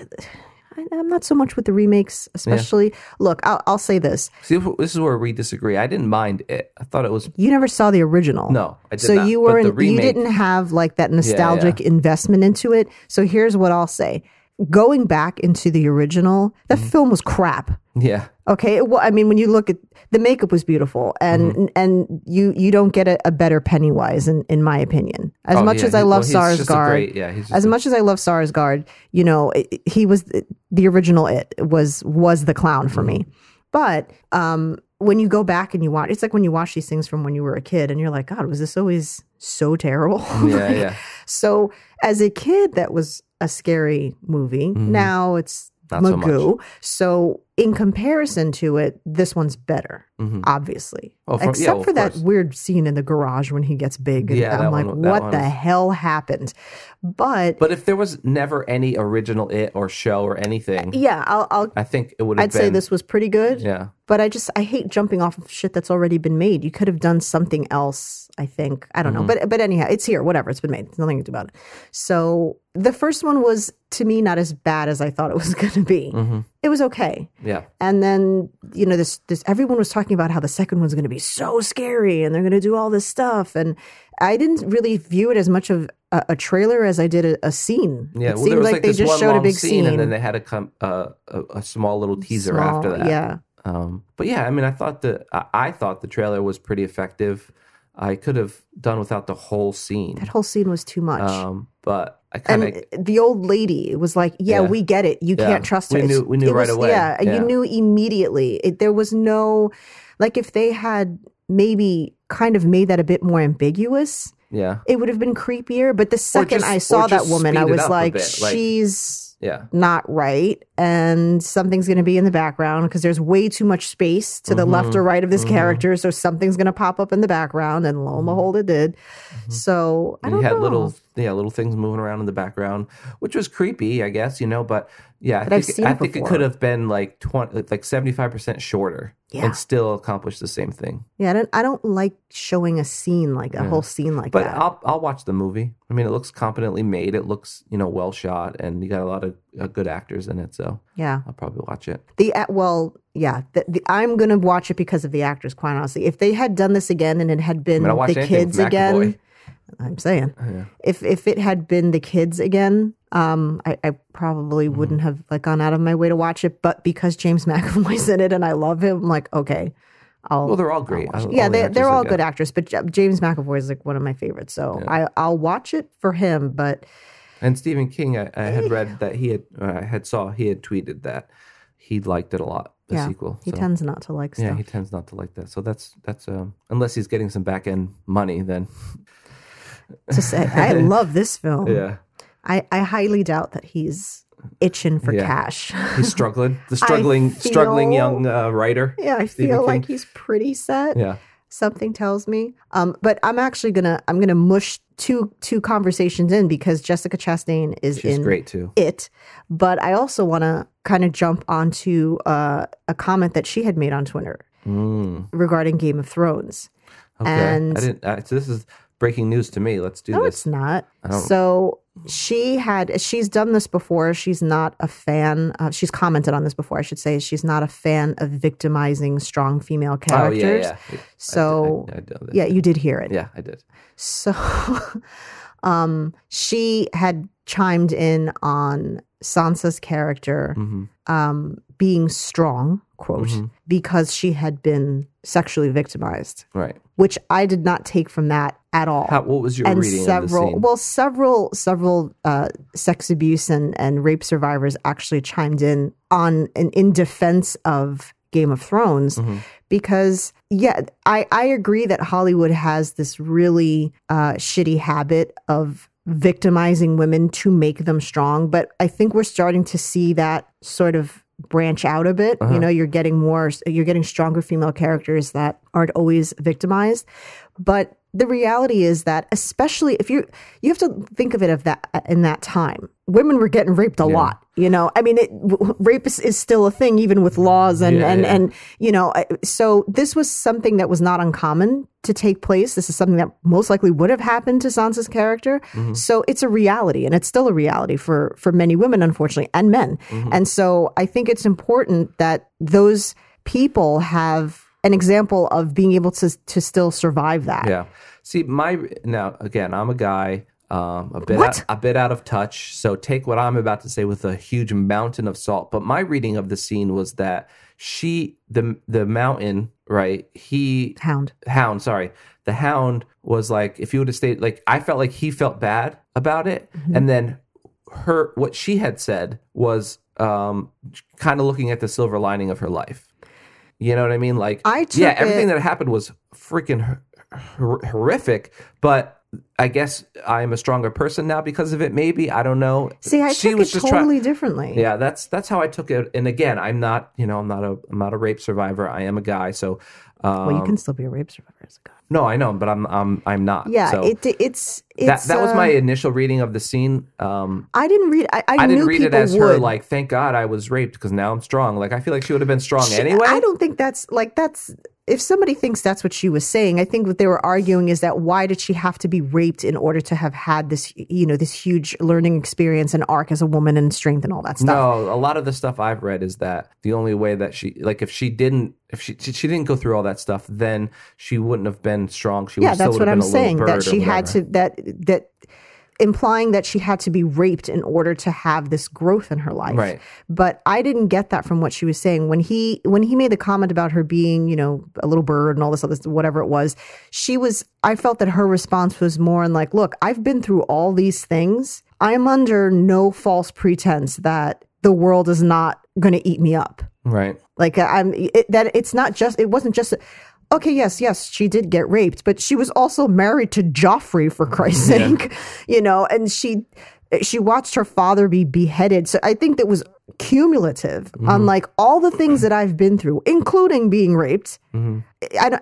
Speaker 3: I, I'm not so much with the remakes, especially. Look, I'll, I'll say this:
Speaker 4: See, this is where we disagree. I didn't mind it. I thought it was
Speaker 3: you never saw the original.
Speaker 4: no. I did
Speaker 3: So
Speaker 4: not.
Speaker 3: you
Speaker 4: But
Speaker 3: were
Speaker 4: the
Speaker 3: in, you
Speaker 4: remake-
Speaker 3: didn't have like that nostalgic investment into it. So here's what I'll say: going back into the original, that
Speaker 4: Mm-hmm.
Speaker 3: film was crap.
Speaker 4: Yeah.
Speaker 3: Okay, well, I mean, when you look at the makeup was beautiful, and
Speaker 4: Mm-hmm.
Speaker 3: and you you don't get a, a better Pennywise, in in my opinion. As
Speaker 4: Oh,
Speaker 3: much
Speaker 4: yeah,
Speaker 3: as I
Speaker 4: he-
Speaker 3: love
Speaker 4: well, he's just a
Speaker 3: Sarsgaard,
Speaker 4: great- yeah, he's just
Speaker 3: as
Speaker 4: a-
Speaker 3: much as I love Sarsgaard, you know, it, it- he was the original. It was was the clown for me, but um, when you go back and you watch, it's like when you watch these things from when you were a kid, and you're like, God, was this always so terrible?
Speaker 4: Yeah. Yeah.
Speaker 3: So as a kid, that was a scary movie. Now it's
Speaker 4: Mm-hmm. Not so
Speaker 3: Magoo. So, in comparison to it, this one's better, obviously.
Speaker 4: Mm-hmm. Oh, for- yeah,
Speaker 3: Except
Speaker 4: well,
Speaker 3: for
Speaker 4: of
Speaker 3: that
Speaker 4: course.
Speaker 3: weird scene in the garage when he gets big. And
Speaker 4: Yeah,
Speaker 3: I'm
Speaker 4: that
Speaker 3: like,
Speaker 4: one- that
Speaker 3: what
Speaker 4: one
Speaker 3: the
Speaker 4: is-
Speaker 3: hell happened? But,
Speaker 4: But if there was never any original it or show or anything,
Speaker 3: yeah, I'll, I'll
Speaker 4: I think it would have
Speaker 3: I'd
Speaker 4: been.
Speaker 3: say this was pretty good.
Speaker 4: Yeah.
Speaker 3: But I just I hate jumping off of shit that's already been made. You could have done something else. I think I don't
Speaker 4: Mm-hmm.
Speaker 3: know. But but anyhow, it's here. Whatever. It's been made. There's nothing to do about it. So the first one was to me not as bad as I thought it was going to be.
Speaker 4: Mm-hmm.
Speaker 3: It was okay.
Speaker 4: Yeah.
Speaker 3: And then you know this this everyone was talking about how the second one's going to be so scary and they're going to do all this stuff and I didn't really view it as much of a, a trailer as I did a, a scene.
Speaker 4: Yeah,
Speaker 3: it
Speaker 4: well,
Speaker 3: seemed
Speaker 4: there was
Speaker 3: like,
Speaker 4: like,
Speaker 3: they
Speaker 4: this
Speaker 3: just
Speaker 4: one
Speaker 3: showed a
Speaker 4: long
Speaker 3: big
Speaker 4: scene,
Speaker 3: scene,
Speaker 4: and then they had a, com- uh, a a small little teaser
Speaker 3: Small-
Speaker 4: after that.
Speaker 3: Yeah.
Speaker 4: Um, but yeah, I mean, I thought the I, I thought the trailer was pretty effective. I could have done without the whole
Speaker 3: That
Speaker 4: scene,
Speaker 3: whole scene was too much.
Speaker 4: um, but I kind of
Speaker 3: and the old lady was like, "Yeah,
Speaker 4: Yeah.
Speaker 3: we get it. You
Speaker 4: Yeah.
Speaker 3: can't trust her."
Speaker 4: We
Speaker 3: It's-
Speaker 4: knew- we knew
Speaker 3: it
Speaker 4: right
Speaker 3: was-
Speaker 4: away.
Speaker 3: Yeah,
Speaker 4: Yeah.
Speaker 3: you knew immediately. It, there was no, like, if they had maybe kind of made that a bit more ambiguous,
Speaker 4: yeah
Speaker 3: it would have been creepier. But the second
Speaker 4: just-
Speaker 3: I
Speaker 4: or
Speaker 3: saw that
Speaker 4: just
Speaker 3: woman, I
Speaker 4: speed it
Speaker 3: was
Speaker 4: up a
Speaker 3: like,
Speaker 4: bit, like-
Speaker 3: "She's
Speaker 4: yeah
Speaker 3: not right," and something's going to be in the background because there's way too much space to the
Speaker 4: Mm-hmm.
Speaker 3: left or right of this character, so something's going to pop up in the background, and lo and behold, it did. So I
Speaker 4: Mm-hmm. And you
Speaker 3: don't
Speaker 4: had
Speaker 3: know.
Speaker 4: little yeah little things moving around in the background, which was creepy, I guess you know. But yeah, I
Speaker 3: But I've
Speaker 4: think
Speaker 3: seen
Speaker 4: I
Speaker 3: it
Speaker 4: think it
Speaker 3: before.
Speaker 4: could have been like twenty like seventy five percent shorter
Speaker 3: Yeah.
Speaker 4: and still accomplish the same thing.
Speaker 3: Yeah, I don't, I don't like showing a scene like a whole scene like
Speaker 4: But
Speaker 3: that.
Speaker 4: I'll I'll watch the movie. I mean, it looks competently made. It looks you know well shot, and you got a lot of uh, good actors in it. So
Speaker 3: yeah,
Speaker 4: I'll probably watch it.
Speaker 3: the uh, well, yeah, the, the, I'm gonna watch it because of the actors. Quite honestly, if they had done this again and it had been
Speaker 4: mean, I'll watch
Speaker 3: Mm, the
Speaker 4: anything with
Speaker 3: kids again,
Speaker 4: McAvoy.
Speaker 3: I'm saying if if it had been the kids again, um, I, I probably
Speaker 4: Mm-hmm.
Speaker 3: wouldn't have like gone out of my way to watch it. But because James McAvoy's in it and I love him, I'm like okay, I'll
Speaker 4: Well, they're all great. I-
Speaker 3: yeah,
Speaker 4: the
Speaker 3: they,
Speaker 4: actors
Speaker 3: they're
Speaker 4: are
Speaker 3: all good actors, but J- James McAvoy is like one of my favorites, so I I'll watch it for him, but.
Speaker 4: And Stephen King, I, I had read that he had uh, had saw he had tweeted that he liked it a lot. The
Speaker 3: yeah,
Speaker 4: sequel.
Speaker 3: he
Speaker 4: so.
Speaker 3: tends not to like stuff.
Speaker 4: Yeah, he tends not to like that. So that's that's um, unless he's getting some back end money, then
Speaker 3: to say I love this film.
Speaker 4: yeah,
Speaker 3: I, I highly doubt that he's itching for
Speaker 4: Yeah.
Speaker 3: cash.
Speaker 4: he's struggling. The struggling struggling
Speaker 3: feel-
Speaker 4: young uh, writer.
Speaker 3: yeah, I
Speaker 4: Stephen
Speaker 3: feel like
Speaker 4: King.
Speaker 3: he's pretty set.
Speaker 4: yeah,
Speaker 3: Something tells me. Um, but I'm actually gonna I'm gonna mush two two conversations in because Jessica Chastain is
Speaker 4: she's
Speaker 3: in
Speaker 4: great too.
Speaker 3: it. But I also want to kind of jump onto uh, a comment that she had made on Twitter
Speaker 4: Mm,
Speaker 3: regarding Game of Thrones.
Speaker 4: okay,
Speaker 3: And-
Speaker 4: I didn't. Uh, so this is breaking news to me. Let's do
Speaker 3: No,
Speaker 4: this.
Speaker 3: it's not.
Speaker 4: don't-
Speaker 3: So she had she's done this before. She's not a fan. Of, she's commented on this before. I should say she's not a fan of victimizing strong female
Speaker 4: oh
Speaker 3: characters.
Speaker 4: yeah, yeah. I-
Speaker 3: So
Speaker 4: I, I, know this.
Speaker 3: yeah, you did hear it.
Speaker 4: yeah, I did.
Speaker 3: So um, she had chimed in on Sansa's character
Speaker 4: Mhm.
Speaker 3: um, being strong, quote,
Speaker 4: Mm-hmm.
Speaker 3: because she had been sexually victimized,
Speaker 4: Right.
Speaker 3: which I did not take from that at all
Speaker 4: How, what was your
Speaker 3: and
Speaker 4: reading
Speaker 3: several
Speaker 4: of the scene?
Speaker 3: well several several uh, sex abuse and, and rape survivors actually chimed in on and in defense of game of thrones because yeah I, I agree that hollywood has this really uh, shitty habit of victimizing women to make them strong but i think we're starting to see that sort of branch out a bit
Speaker 4: Uh-huh.
Speaker 3: you know you're getting more you're getting stronger female characters that aren't always victimized but the reality is that especially if you you have to think of it of that uh, in that time women were getting raped a lot you know i mean it, w- rape is, is still a thing even with laws and
Speaker 4: Yeah,
Speaker 3: and
Speaker 4: yeah.
Speaker 3: and you know I- so this was something that was not uncommon to take place this is something that most likely would have happened to sansa's character
Speaker 4: Mm-hmm.
Speaker 3: so it's a reality and it's still a reality for for many women unfortunately and men
Speaker 4: Mm-hmm.
Speaker 3: and so i think it's important that those people have an example of being able to to still survive that
Speaker 4: Yeah. See, my now again, I'm a guy, um, a bit
Speaker 3: What?
Speaker 4: Out, a bit out of touch. So take what I'm about to say with a huge mountain of salt. But my reading of the scene was that she, the the mountain, right? He
Speaker 3: hound
Speaker 4: hound sorry the hound was like if you would have stayed like i felt like he felt bad about it
Speaker 3: Mm-hmm.
Speaker 4: and then her what she had said was um kind of looking at the silver lining of her life you know what i mean like
Speaker 3: I took
Speaker 4: yeah everything
Speaker 3: it-
Speaker 4: that happened was freaking hor- hor- horrific but I guess I'm a stronger person now because of it. Maybe I don't know.
Speaker 3: See, I
Speaker 4: She
Speaker 3: took
Speaker 4: was
Speaker 3: it
Speaker 4: just try-
Speaker 3: totally differently.
Speaker 4: yeah, that's that's how I took it. And again, I'm not, you know, I'm not a I'm not a rape survivor. I am a guy, so um,
Speaker 3: Well, you can still be a rape survivor as a guy.
Speaker 4: no, I know, but I'm I'm I'm not.
Speaker 3: Yeah,
Speaker 4: so
Speaker 3: it, it's it's
Speaker 4: that that was
Speaker 3: uh,
Speaker 4: my initial reading of the scene. Um,
Speaker 3: I didn't read. I, I,
Speaker 4: I
Speaker 3: knew
Speaker 4: didn't read it
Speaker 3: people
Speaker 4: as
Speaker 3: would.
Speaker 4: her like, thank God I was raped because now I'm strong. Like I feel like she would have been strong
Speaker 3: She-
Speaker 4: anyway.
Speaker 3: I don't think that's like that's. If somebody thinks that's what she was saying, I think what they were arguing is that why did she have to be raped in order to have had this, you know, this huge learning experience and arc as a woman and strength and all that stuff?
Speaker 4: No, a lot of the stuff I've read is that the only way that she like if she didn't if she she, she didn't go through all that stuff, then she wouldn't have been strong. She would
Speaker 3: yeah,
Speaker 4: still
Speaker 3: that's
Speaker 4: would
Speaker 3: what
Speaker 4: have
Speaker 3: I'm
Speaker 4: been a little
Speaker 3: saying.
Speaker 4: bird or
Speaker 3: That she had
Speaker 4: whatever.
Speaker 3: to that that implying that she had to be raped in order to have this growth in her life.
Speaker 4: Right.
Speaker 3: But I didn't get that from what she was saying when he when he made the comment about her being you know a little bird and all this other whatever it was. She was. I felt that her response was more in like, look, I've been through all these things. I'm under no false pretense that the world is not going to eat me up.
Speaker 4: Right.
Speaker 3: Like uh, I'm it, that it's not just it wasn't just okay. Yes, yes, she did get raped, but she was also married to Joffrey for Christ's sake, you know. And she she watched her father be beheaded. So I think that was cumulative on like all the things that I've been through, including being raped. I,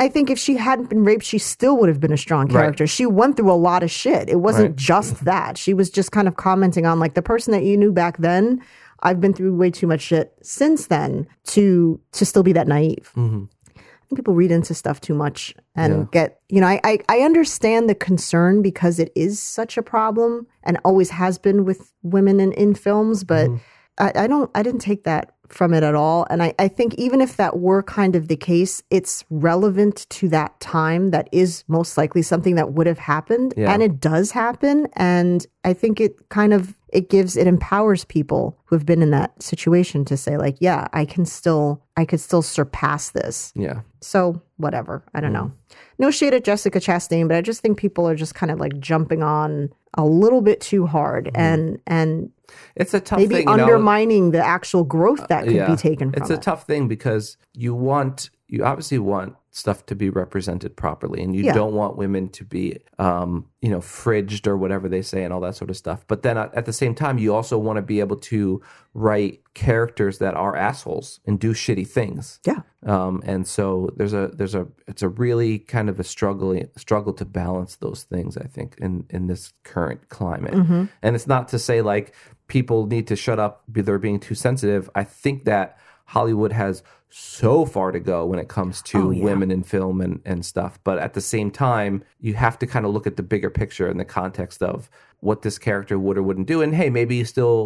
Speaker 3: I think if she hadn't been raped, she still would have been a strong
Speaker 4: Right.
Speaker 3: character. She went through a lot of shit. It wasn't
Speaker 4: Right.
Speaker 3: just that. She was just kind of commenting on like the person that you knew back then. I've been through way too much shit since then to to still be that naive. I think people read into stuff too much and get you know I, I I understand the concern because it is such a problem and always has been with women in, in films, but I, I don't I didn't take that from it at all. And I, I think even if that were kind of the case, it's relevant to that time. That is most likely something that would have happened.
Speaker 4: Yeah.
Speaker 3: And it does happen. And I think it kind of it gives it empowers people who have been in that situation to say, like, yeah, I can still I could still surpass this.
Speaker 4: Yeah.
Speaker 3: So whatever. I don't know.
Speaker 4: Mm-hmm.
Speaker 3: No shade at Jessica Chastain, but I just think people are just kind of like jumping on a little bit too hard and and
Speaker 4: It's a tough
Speaker 3: maybe
Speaker 4: thing. Mm-hmm. you know?
Speaker 3: undermining the actual growth that could be taken from
Speaker 4: it's
Speaker 3: it.
Speaker 4: a tough thing because you want you obviously want stuff to be represented properly and you
Speaker 3: Yeah.
Speaker 4: don't want women to be um you know fridged or whatever they say and all that sort of stuff but then at at the same time you also want to be able to write characters that are assholes and do shitty things
Speaker 3: yeah.
Speaker 4: um, and so there's a there's a it's a really kind of a struggling struggle to balance those things I think in in this current climate and it's not to say like people need to shut up be they're being too sensitive I think that Hollywood has so far to go when it comes to women in film and and stuff but at the same time you have to kind of look at the bigger picture in the context of what this character would or wouldn't do and hey maybe you still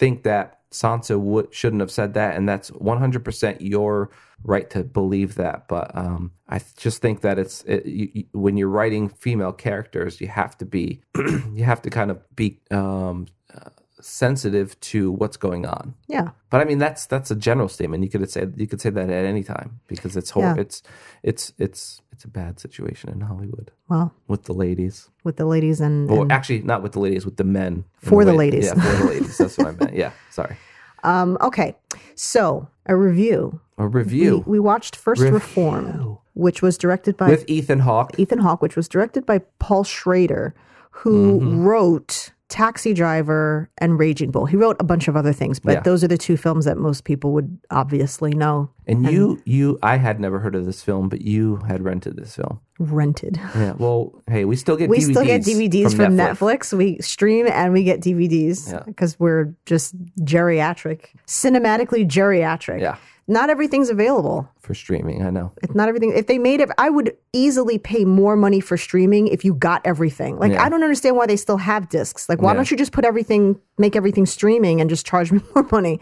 Speaker 4: think that Sansa would shouldn't have said that, and that's 100% your right to believe that. But um, I th- just think that it's it, you, you- when you're writing female characters, you have to be you have to kind of be um, uh, sensitive to what's going on.
Speaker 3: Yeah.
Speaker 4: But I mean, that's that's a general statement. You could say you could say that at any time because it's hor-
Speaker 3: Yeah.
Speaker 4: it's it's it's it's a bad situation in Hollywood
Speaker 3: Well,
Speaker 4: with the ladies.
Speaker 3: with the ladies and,
Speaker 4: Or
Speaker 3: and-
Speaker 4: actually, not with the ladies, with the men.
Speaker 3: For the
Speaker 4: Wait,
Speaker 3: ladies.
Speaker 4: Yeah, for the ladies. That's what I meant. Yeah, sorry.
Speaker 3: um okay. So, a review.
Speaker 4: A review.
Speaker 3: We watched First Reform, which was directed by
Speaker 4: with Ethan Hawke.
Speaker 3: Ethan Hawke, which was directed by Paul Schrader, who
Speaker 4: Mm-hmm.
Speaker 3: wrote Taxi Driver and Raging Bull. He wrote a bunch of other things, but
Speaker 4: Yeah.
Speaker 3: those are the two films that most people would obviously know
Speaker 4: And you, you, I had never heard of this film, but you had rented this film.
Speaker 3: rented.
Speaker 4: Yeah. Well, hey, we still get
Speaker 3: we
Speaker 4: DVDs
Speaker 3: still get DVDs from, Netflix. We stream and we get DVDs
Speaker 4: Yeah.
Speaker 3: because we're just geriatric, cinematically geriatric.
Speaker 4: Yeah,
Speaker 3: Not everything's available.
Speaker 4: for streaming. I know.
Speaker 3: It's not everything. If they made it, I would easily pay more money for streaming if you got everything. Like,
Speaker 4: Yeah.
Speaker 3: I don't understand why they still have discs. Like, why
Speaker 4: Yeah.
Speaker 3: don't you just put everything, make everything streaming and just charge me more money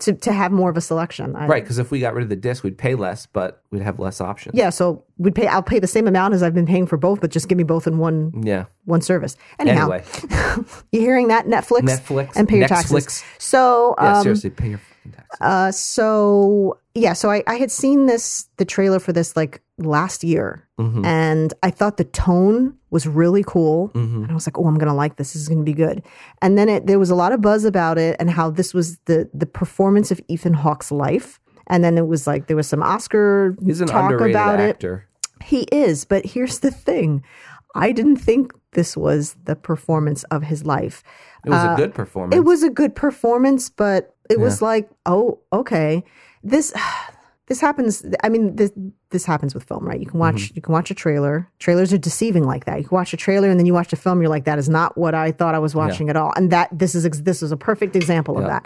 Speaker 3: to, to have more of a selection? I-
Speaker 4: Right, because if we got rid of the disc, we'd pay less, but we'd have less options.
Speaker 3: Yeah. So we'd pay, I'll pay the same amount as I've been paying for both, but just give me both in one,
Speaker 4: Yeah.
Speaker 3: one service. Anyhow,
Speaker 4: Anyway,
Speaker 3: you hearing that? Netflix,
Speaker 4: Netflix,
Speaker 3: and pay your
Speaker 4: Netflix.
Speaker 3: taxes. So,
Speaker 4: yeah.
Speaker 3: um,
Speaker 4: seriously, pay your fucking taxes.
Speaker 3: uh, so yeah, so I, I had seen this the trailer for this like last year,
Speaker 4: Mm-hmm.
Speaker 3: and I thought the tone was really cool,
Speaker 4: Mm-hmm.
Speaker 3: and I was like, oh, I'm gonna like this. This is gonna be good. And then it, there was a lot of buzz about it and how this was the the performance of Ethan Hawke's life. And then it was like there was some Oscar
Speaker 4: He's an
Speaker 3: talk
Speaker 4: underrated
Speaker 3: about it.
Speaker 4: actor.
Speaker 3: He is, but here's the thing. I didn't think this was the performance of his life.
Speaker 4: It was
Speaker 3: Uh,
Speaker 4: a good performance.
Speaker 3: It was a good performance, but it was like, oh, okay. This this happens. I mean, this this happens with film, right? You can watch
Speaker 4: Mm-hmm.
Speaker 3: you can watch a trailer. Trailers are deceiving like that. You can watch a trailer and then you watch the film. You're like, that is not what I thought I was watching at all. And that this is ex- this is a perfect example of
Speaker 4: Yeah.
Speaker 3: that.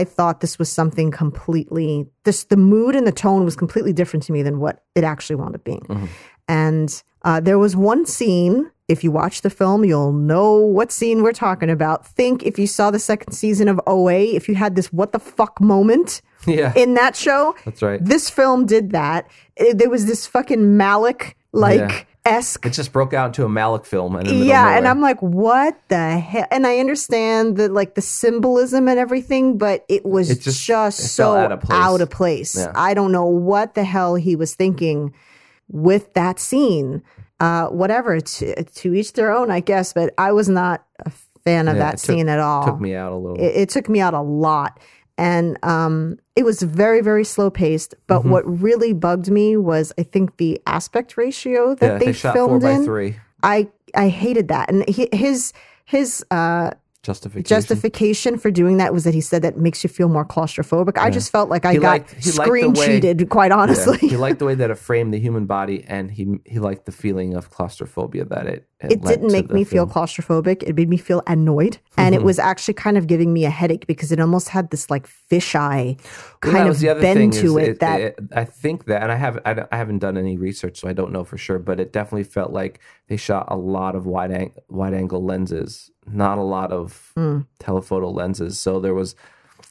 Speaker 3: I thought this was something completely. This the mood and the tone was completely different to me than what it actually wound up being.
Speaker 4: Mm-hmm.
Speaker 3: And uh, there was one scene. If you watch the film, you'll know what scene we're talking about. Think if you saw the second season of OA, if you had this what the fuck moment
Speaker 4: yeah.
Speaker 3: in that show.
Speaker 4: That's right.
Speaker 3: This film did that. It- there was this fucking Malik like esque.
Speaker 4: it just broke out into a Malik film. And in the middle
Speaker 3: Yeah,
Speaker 4: of
Speaker 3: and
Speaker 4: nowhere.
Speaker 3: I'm like, what the hell? And I understand the like the symbolism and everything, but it was
Speaker 4: It
Speaker 3: just,
Speaker 4: just- it
Speaker 3: so
Speaker 4: fell
Speaker 3: out
Speaker 4: out
Speaker 3: of
Speaker 4: of
Speaker 3: place.
Speaker 4: place. Yeah.
Speaker 3: I don't know what the hell he was thinking with that scene. Uh, whatever, to, to each their own, I guess. But I was not a fan of
Speaker 4: Yeah,
Speaker 3: that
Speaker 4: it took-
Speaker 3: scene at all
Speaker 4: took me out a little.
Speaker 3: it, it took me out a lot and um, it was very very slow paced but
Speaker 4: Mm-hmm.
Speaker 3: what really bugged me was i think the aspect ratio that
Speaker 4: yeah,
Speaker 3: they,
Speaker 4: they, shot four
Speaker 3: filmed
Speaker 4: by
Speaker 3: in
Speaker 4: three.
Speaker 3: i i hated that and he, his his uh,
Speaker 4: Justification.
Speaker 3: justification for doing that was that he said that makes you feel more claustrophobic. I just felt like I
Speaker 4: He
Speaker 3: got
Speaker 4: liked- he liked the
Speaker 3: screen
Speaker 4: way-
Speaker 3: cheated, quite honestly.
Speaker 4: Yeah. he liked the way that it framed the human body, and he he liked the feeling of claustrophobia that it. It,
Speaker 3: it
Speaker 4: lent
Speaker 3: didn't
Speaker 4: to
Speaker 3: make
Speaker 4: the
Speaker 3: me feel
Speaker 4: film. Mm-hmm.
Speaker 3: claustrophobic. It made me feel annoyed. And it was actually kind of giving me a headache because it almost had this like fisheye
Speaker 4: Well,
Speaker 3: kind
Speaker 4: that
Speaker 3: of
Speaker 4: was the other thing
Speaker 3: bend
Speaker 4: is
Speaker 3: to it, that
Speaker 4: I think that, and I have I, don't- I haven't done any research, so I don't know for sure, but it definitely felt like they shot a lot of wide ang- wide angle lenses, not a lot of
Speaker 3: Hmm.
Speaker 4: telephoto lenses. So there was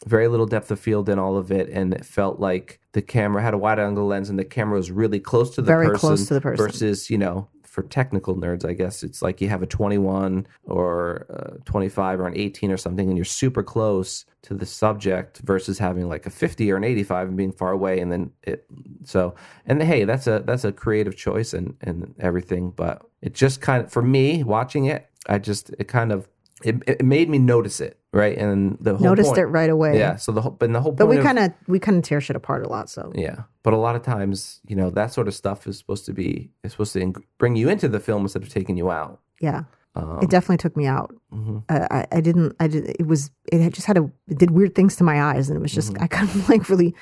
Speaker 4: very little depth of field in all of it, and it felt like the camera had a wide angle lens, and the camera was really close to the
Speaker 3: Very
Speaker 4: person.
Speaker 3: close to the person.
Speaker 4: Versus, you know. For technical nerds, I guess it's like you have a 21 or uh, 25 or an 18 or something, and you're super close to the subject versus having like a 50 or an 85 and being far away, and then it. So, and hey, that's a that's a creative choice and and everything, but it just kind of for me watching it, I just it kind of it, it made me notice it, right? And the whole
Speaker 3: noticed
Speaker 4: point-
Speaker 3: it right away.
Speaker 4: yeah. So the whole, but the whole point.
Speaker 3: But we
Speaker 4: of-
Speaker 3: kind of we kind of tear shit apart a lot. So
Speaker 4: Yeah, but a lot of times, you know, that sort of stuff is supposed to be is supposed to ing- bring you into the film instead of taking you out.
Speaker 3: yeah,
Speaker 4: Um,
Speaker 3: it definitely took me out.
Speaker 4: mhm.
Speaker 3: I, uh, I, I didn't. I did. It was. It had just had a. It did weird things to my eyes, and it was just.
Speaker 4: Mm-hmm.
Speaker 3: I couldn't like really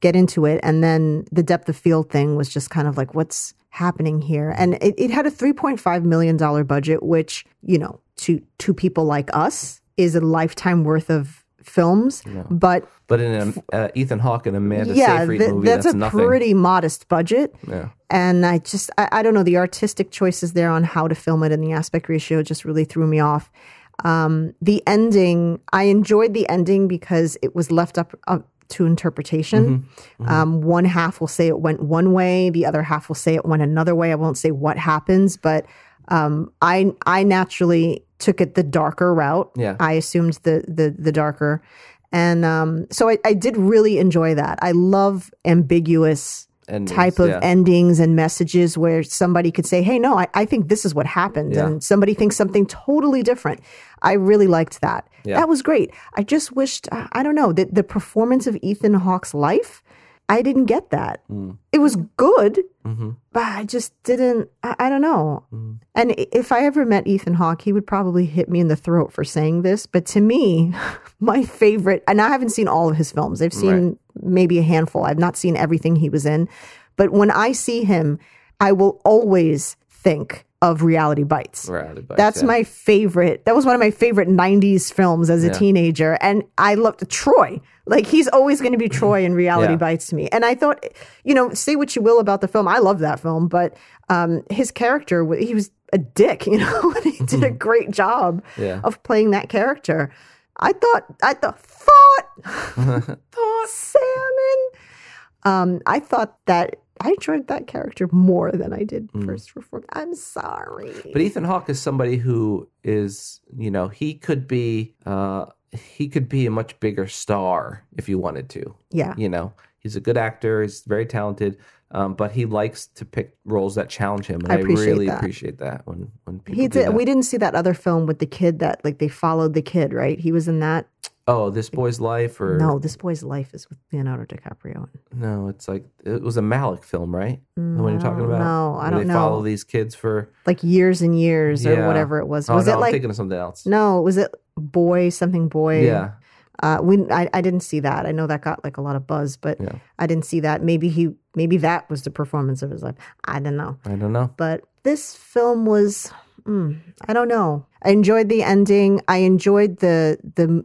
Speaker 3: get into it. And then the depth of field thing was just kind of like, what's happening here? And it, it had a three point five million dollar budget, which you know, to to people like us, is a lifetime worth of films. But
Speaker 4: But in a, uh, Ethan Hawke and Amanda
Speaker 3: yeah,
Speaker 4: Seyfried
Speaker 3: th-
Speaker 4: movie,
Speaker 3: that's,
Speaker 4: that's,
Speaker 3: a
Speaker 4: nothing.
Speaker 3: pretty modest budget.
Speaker 4: yeah.
Speaker 3: and I just I, I don't know the artistic choices there on how to film it and the aspect ratio just really threw me off. Um, the ending I enjoyed the ending because it was left up up to interpretation. Um, one half will say it went one way, the other half will say it went another way. I won't say what happens, but um, I I naturally took it the darker route.
Speaker 4: Yeah.
Speaker 3: I assumed the the the darker. And um, so I, I did really enjoy that. I love ambiguous
Speaker 4: Endings,
Speaker 3: type of
Speaker 4: yeah.
Speaker 3: endings and messages where somebody could say, Hey, no, I, I think this is what happened.
Speaker 4: Yeah.
Speaker 3: And somebody thinks something totally different. I really liked that.
Speaker 4: Yeah.
Speaker 3: That was great. I just wished, uh, I I don't know, that the performance of Ethan Hawke's life, I didn't get that.
Speaker 4: Mm.
Speaker 3: It was good,
Speaker 4: Mm-hmm.
Speaker 3: but I just didn't, I, I don't know. And i- if I ever met Ethan Hawke, he would probably hit me in the throat for saying this. But to me, my favorite, and I haven't seen all of his films. I've seen maybe a handful. I've not seen everything he was in. But when I see him, I will always think of Reality Bites.
Speaker 4: Reality bites,
Speaker 3: That's
Speaker 4: yeah.
Speaker 3: my favorite. That was one of my favorite 90s films as a teenager. And I loved Troy. Like, he's always going to be Troy in Reality
Speaker 4: Yeah.
Speaker 3: Bites to Me. And I thought, you know, say what you will about the film. I love that film, but um, his character, wa- he was a dick, you know, and he did a great job
Speaker 4: Yeah.
Speaker 3: of playing that character. I thought, I thought, thought, thought, salmon. Um, I thought that I enjoyed that character more than I did first reform. I'm sorry.
Speaker 4: Mm. But Ethan Hawke is somebody who is, you know, he could be uh he could be a much bigger star if you wanted to.
Speaker 3: yeah.
Speaker 4: You know, he's a good actor, he's very talented, Um, but he likes to pick roles that challenge him. And
Speaker 3: I
Speaker 4: I,
Speaker 3: appreciate
Speaker 4: really
Speaker 3: that.
Speaker 4: appreciate that when when people
Speaker 3: He
Speaker 4: do
Speaker 3: did.
Speaker 4: that.
Speaker 3: We didn't see that other film with the kid that like they followed the kid, right? He was in that.
Speaker 4: oh, this boy's life or
Speaker 3: No, this boy's life is with Leonardo DiCaprio.
Speaker 4: no, it's like it was a Malik film, right?
Speaker 3: Mm,
Speaker 4: the one
Speaker 3: I
Speaker 4: you're talking
Speaker 3: don't
Speaker 4: about.
Speaker 3: know. I
Speaker 4: Where
Speaker 3: don't
Speaker 4: they
Speaker 3: know.
Speaker 4: follow these kids for.
Speaker 3: Like years and years or
Speaker 4: Yeah.
Speaker 3: whatever it was.
Speaker 4: Oh,
Speaker 3: Was
Speaker 4: no,
Speaker 3: it
Speaker 4: I'm
Speaker 3: like
Speaker 4: thinking of something else.
Speaker 3: no? Was it boy something boy?
Speaker 4: Yeah,
Speaker 3: Uh, we I, I didn't see that. I know that got like a lot of buzz, but
Speaker 4: Yeah.
Speaker 3: I didn't see that. Maybe he maybe that was the performance of his life. I don't know.
Speaker 4: I don't know.
Speaker 3: But this film was mm, I don't know. I enjoyed the ending. I enjoyed the the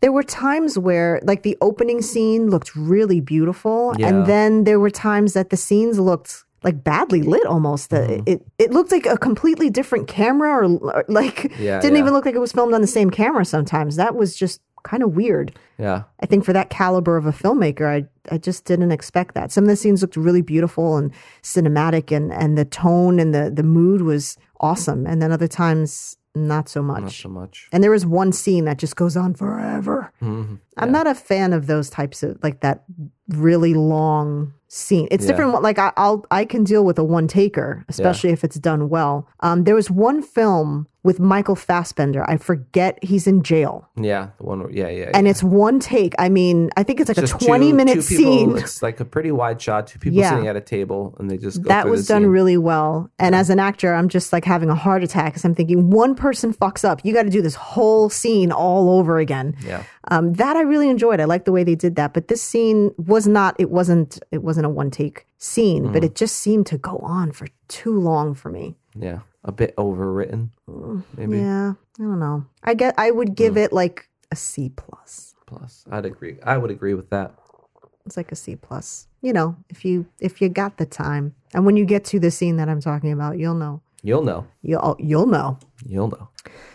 Speaker 3: there were times where like the opening scene looked really beautiful
Speaker 4: Yeah.
Speaker 3: and then there were times that the scenes looked like badly lit almost The-
Speaker 4: Mm-hmm.
Speaker 3: it it looked like a completely different camera or, or, like
Speaker 4: Yeah,
Speaker 3: didn't
Speaker 4: yeah.
Speaker 3: even look like it was filmed on the same camera sometimes that was just kind of weird
Speaker 4: Yeah,
Speaker 3: I think for that caliber of a filmmaker, I I just didn't expect that. Some of the scenes looked really beautiful and cinematic, and and the tone and the the mood was awesome. And then other times, not so much.
Speaker 4: not so much.
Speaker 3: And there was one scene that just goes on forever.
Speaker 4: Mhm.
Speaker 3: I'm not a fan of those types of like that really long scene. It's
Speaker 4: Yeah.
Speaker 3: different. Like I, I'll I can deal with a one taker, especially if it's done well. Um, there was one film with Michael Fassbender. I forget he's in jail
Speaker 4: Yeah, the one. Where, yeah, yeah.
Speaker 3: and
Speaker 4: yeah.
Speaker 3: it's one take. I mean, I think it's like
Speaker 4: Just
Speaker 3: a 20
Speaker 4: two-
Speaker 3: minute
Speaker 4: two
Speaker 3: scene.
Speaker 4: People, it's like a pretty wide shot. Two people
Speaker 3: Yeah.
Speaker 4: sitting at a table, and they just go
Speaker 3: that
Speaker 4: through
Speaker 3: was
Speaker 4: the
Speaker 3: done
Speaker 4: scene.
Speaker 3: really well. And as an actor, I'm just like having a heart attack because I'm thinking one person fucks up. You got to do this whole scene all over again.
Speaker 4: Yeah.
Speaker 3: Um, that I really enjoyed. I liked the way they did that. But this scene was not, it wasn't, it wasn't a one take scene, but
Speaker 4: Mm.
Speaker 3: it just seemed to go on for too long for me.
Speaker 4: Yeah, a bit overwritten, maybe. Mm.
Speaker 3: Yeah. I don't know. I get, I would give it like a C plus.
Speaker 4: Plus, I'd agree. I would agree with that.
Speaker 3: it's like a C plus. You know, if you if you got the time, and when you get to the scene that I'm talking about, you'll know.
Speaker 4: You'll know.
Speaker 3: You'll you'll know.
Speaker 4: You'll know.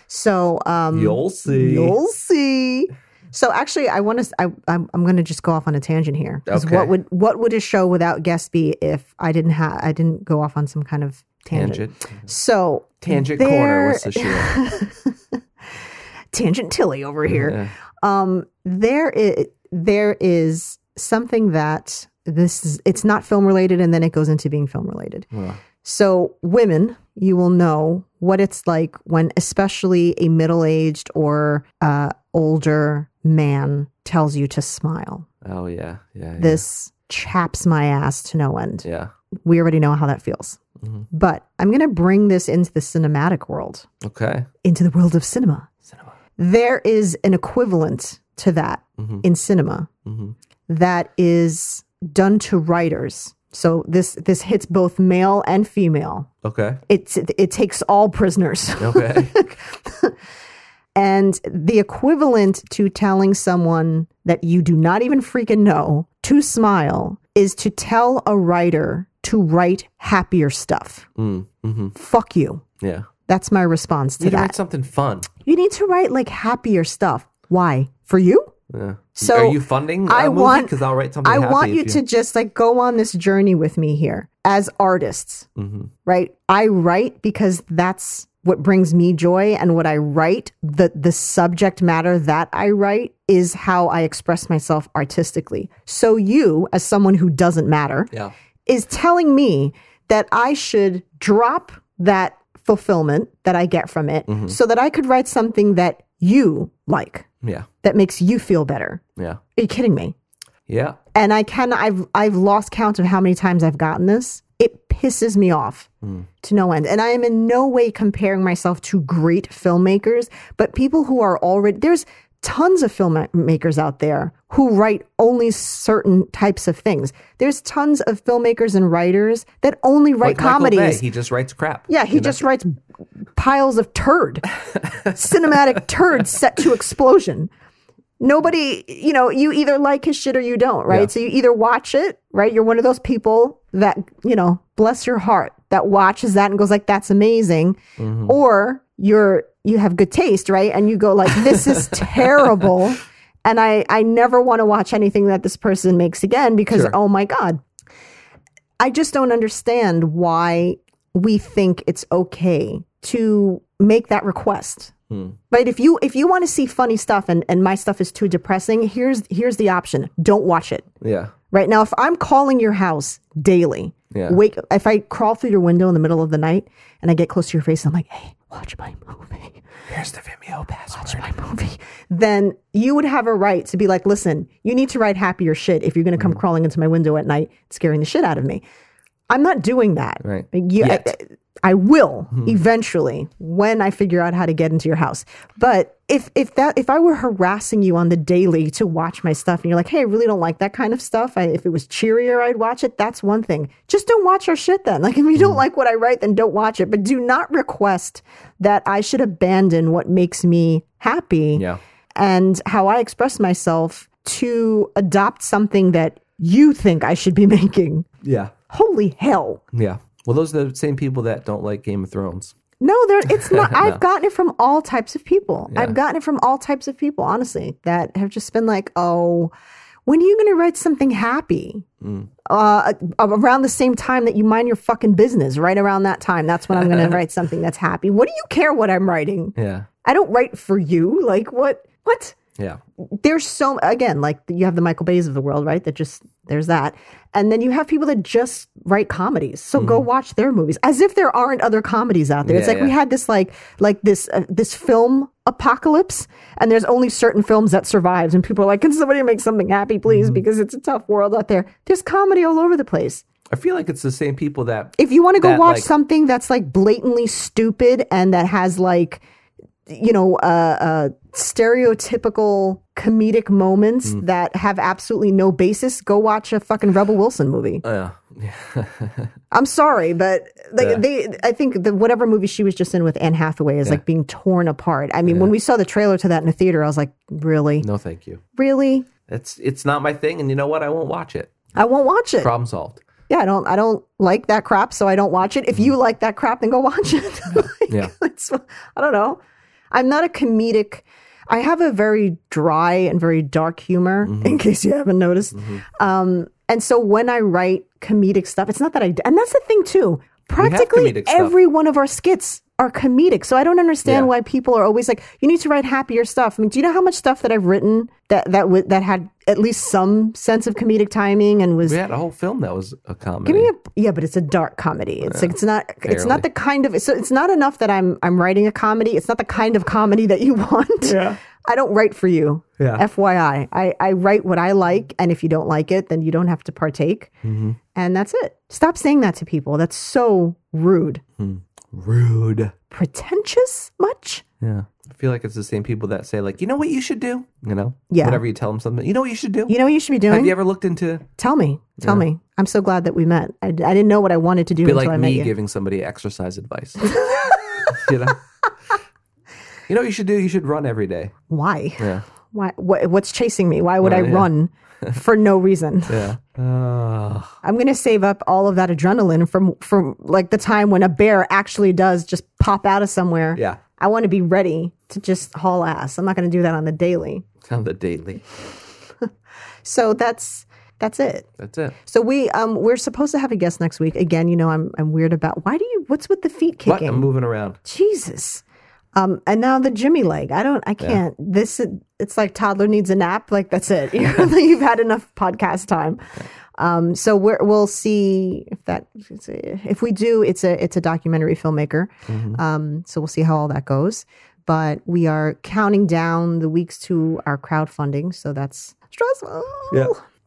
Speaker 3: So um,
Speaker 4: You'll see.
Speaker 3: You'll see. So actually, I want to. I I'm, I'm going to just go off on a tangent here. 'Cause
Speaker 4: Okay.
Speaker 3: What would what would a show without guests be if I didn't have I didn't go off on some kind of tangent?
Speaker 4: Tangent.
Speaker 3: So
Speaker 4: Tangent
Speaker 3: there-
Speaker 4: corner. What's the show?
Speaker 3: tangent Tilly over here.
Speaker 4: Yeah.
Speaker 3: um there is there is something that this is it's not film related and then it goes into being film related
Speaker 4: Yeah.
Speaker 3: so women you will know what it's like when especially a middle-aged or uh, older man tells you to smile
Speaker 4: Oh yeah. Yeah. yeah.
Speaker 3: this chaps my ass to no end
Speaker 4: Yeah.
Speaker 3: we already know how that feels
Speaker 4: Mhm.
Speaker 3: but i'm going to bring this into the cinematic world
Speaker 4: Okay.
Speaker 3: into the world of cinema, there is an equivalent to that
Speaker 4: Mhm.
Speaker 3: in cinema
Speaker 4: Mhm.
Speaker 3: that is done to writers. So this this hits both male and female.
Speaker 4: Okay.
Speaker 3: It's it, it takes all prisoners.
Speaker 4: Okay.
Speaker 3: And the equivalent to telling someone that you do not even freaking know to smile is to tell a writer to write happier stuff.
Speaker 4: mm. hmm
Speaker 3: Fuck you.
Speaker 4: Yeah.
Speaker 3: That's my response to
Speaker 4: You need to
Speaker 3: that.
Speaker 4: write something fun.
Speaker 3: You need to write like happier stuff. Why? For you?
Speaker 4: Yeah.
Speaker 3: So,
Speaker 4: are you funding?
Speaker 3: I want-
Speaker 4: because I'll write something.
Speaker 3: I
Speaker 4: happy
Speaker 3: want
Speaker 4: if
Speaker 3: you to just like go on this journey with me here as artists,
Speaker 4: Mhm.
Speaker 3: right? I write because that's what brings me joy and what I write, the the subject matter that I write is how I express myself artistically. So you as someone who doesn't matter
Speaker 4: Yeah.
Speaker 3: is telling me that I should drop that fulfillment that I get from it
Speaker 4: Mm-hmm.
Speaker 3: so that I could write something that you like
Speaker 4: Yeah.
Speaker 3: that makes you feel better.
Speaker 4: Yeah.
Speaker 3: Are you kidding me?
Speaker 4: Yeah.
Speaker 3: And I can I've I've lost count of how many times I've gotten this. It pisses me off
Speaker 4: Hmm.
Speaker 3: to no end. And I am in no way comparing myself to great filmmakers, but people who are already there's tons of filmmakers out there who write only certain types of things. There's tons of filmmakers and writers that only write
Speaker 4: Like Michael Bay,
Speaker 3: comedies.
Speaker 4: he just writes crap.
Speaker 3: Yeah, he
Speaker 4: you know?
Speaker 3: just writes piles of turd, cinematic turd set to explosion. Nobody, you know, you either like his shit or you don't, right?
Speaker 4: Yeah.
Speaker 3: So you either watch it, right? You're one of those people that, you know, bless your heart, that watches that and goes like, "That's amazing,"
Speaker 4: Mm-hmm.
Speaker 3: or you're you have good taste, right? And you go like, "This is terrible," and I I never want to watch anything that this person makes again because
Speaker 4: Sure.
Speaker 3: oh my god, I just don't understand why we think it's okay to make that request.
Speaker 4: Hmm.
Speaker 3: Right? If you if you want to see funny stuff and, and my stuff is too depressing, here's here's the option. Don't watch it.
Speaker 4: Yeah.
Speaker 3: Right now, if I'm calling your house daily,
Speaker 4: Yeah.
Speaker 3: wake if I crawl through your window in the middle of the night and I get close to your face, I'm like, hey, watch my movie.
Speaker 4: Here's the Vimeo password.
Speaker 3: Watch my movie. Then you would have a right to be like, listen, you need to write happier shit if you're going to
Speaker 4: Hmm.
Speaker 3: come crawling into my window at night, scaring the shit out of me. I'm not doing that.
Speaker 4: Right.
Speaker 3: Like, you- I,
Speaker 4: Yet. Hmm.
Speaker 3: I will eventually when I figure out how to get into your house. But if if that if I were harassing you on the daily to watch my stuff, and you're like, hey, I really don't like that kind of stuff. I, if it was cheerier, I'd watch it. That's one thing. Just don't watch our shit then. Like if you
Speaker 4: Hmm.
Speaker 3: don't like what I write, then don't watch it. But do not request that I should abandon what makes me happy
Speaker 4: Yeah.
Speaker 3: and how I express myself to adopt something that you think I should be making.
Speaker 4: Yeah.
Speaker 3: Holy hell.
Speaker 4: Yeah. Well, those are the same people that don't like Game of Thrones.
Speaker 3: No, there it's not. I've gotten it from all types of people. I've gotten it from all types of people, honestly, that have just been like, "Oh, when are you going to write something happy?" Uh, around the same time that you mind your fucking business, right around that time, that's when I'm going to write something that's happy. What do you care what I'm writing?
Speaker 4: Yeah.
Speaker 3: I don't write for you. Like what? What?
Speaker 4: Yeah.
Speaker 3: there's so again like you have the michael bays of the world right that just there's that and then you have people that just write comedies so go watch their movies as if there aren't other comedies out there it's
Speaker 4: Mm-hmm. Yeah,
Speaker 3: like we
Speaker 4: yeah.
Speaker 3: had this like like this uh, this film apocalypse and there's only certain films that survives and people are like can somebody make something happy please
Speaker 4: Mm-hmm.
Speaker 3: because it's a tough world out there there's comedy all over the place
Speaker 4: I feel like it's the same people that
Speaker 3: if you want to go
Speaker 4: That,
Speaker 3: watch
Speaker 4: like-
Speaker 3: something that's like blatantly stupid and that has like you know uh, uh stereotypical comedic moments
Speaker 4: Mm.
Speaker 3: that have absolutely no basis go watch a fucking rebel wilson movie
Speaker 4: uh, yeah.
Speaker 3: i'm sorry but like they i think the whatever movie she was just in with anne hathaway is like being torn apart i mean when we saw the trailer to that in the theater i was like really
Speaker 4: no thank you.
Speaker 3: really
Speaker 4: It's it's not my thing and you know what? I won't watch it.
Speaker 3: i won't watch it
Speaker 4: Problem solved.
Speaker 3: yeah i don't i don't like that crap so i don't watch it if you like that crap then go watch it Like,
Speaker 4: Mm-hmm. Yeah.
Speaker 3: it's, i don't know i'm not a comedic i have a very dry and very dark humor
Speaker 4: Mm-hmm.
Speaker 3: in case you haven't noticed um, and so when i write comedic stuff it's not that i and that's the thing too practically
Speaker 4: comedic stuff.
Speaker 3: every one of our skits are comedic so i don't understand
Speaker 4: Yeah.
Speaker 3: why people are always like you need to write happier stuff i mean do you know how much stuff that i've written that that w- that had at least some sense of comedic timing and was
Speaker 4: We had a whole film that was a comedy.
Speaker 3: Give me a yeah, but it's a dark comedy. It's like it's not it's
Speaker 4: barely.
Speaker 3: not the kind of so it's not enough that I'm I'm writing a comedy. It's not the kind of comedy that you want. Yeah. I don't write for you.
Speaker 4: Yeah.
Speaker 3: FYI. I, I write what I like and if you don't like it, then you don't have to partake.
Speaker 4: Mm-hmm.
Speaker 3: And that's it. Stop saying that to people. That's so rude.
Speaker 4: Rude.
Speaker 3: Pretentious much?
Speaker 4: Yeah. I feel like it's the same people that say like, you know what you should do? You know?
Speaker 3: Yeah.
Speaker 4: Whenever you tell them something, you know what you should do?
Speaker 3: You know what you should be
Speaker 4: Have
Speaker 3: doing?
Speaker 4: you ever looked into
Speaker 3: Tell me. Tell me. I'm so glad that we met. I, I didn't know what I wanted to do
Speaker 4: be
Speaker 3: until I
Speaker 4: like
Speaker 3: met
Speaker 4: me
Speaker 3: you.
Speaker 4: giving somebody exercise advice? you know? You know what you should do? You should run every day.
Speaker 3: Why?
Speaker 4: Yeah.
Speaker 3: Why? What, what's chasing me? Why would I
Speaker 4: yeah.
Speaker 3: run for no reason?
Speaker 4: Yeah. Uh,
Speaker 3: I'm gonna save up all of that adrenaline from from like the time when a bear actually does just pop out of somewhere.
Speaker 4: Yeah.
Speaker 3: I want to be ready to just haul ass. I'm not gonna do that on the daily.
Speaker 4: on the daily.
Speaker 3: So that's that's it.
Speaker 4: That's it.
Speaker 3: So we um we're supposed to have a guest next week. Again, you know I'm I'm weird about why do you what's with the feet
Speaker 4: But I'm
Speaker 3: kicking?
Speaker 4: moving around.
Speaker 3: Jesus. Um, and now the Jimmy leg. I don't. I can't. This. It's like toddler needs a nap. Like that's it. You've had enough podcast time. Um, so we're, we'll see if that if we do. It's a it's a documentary filmmaker. Um, so we'll see how all that goes. But we are counting down the weeks to our crowdfunding. So that's stressful.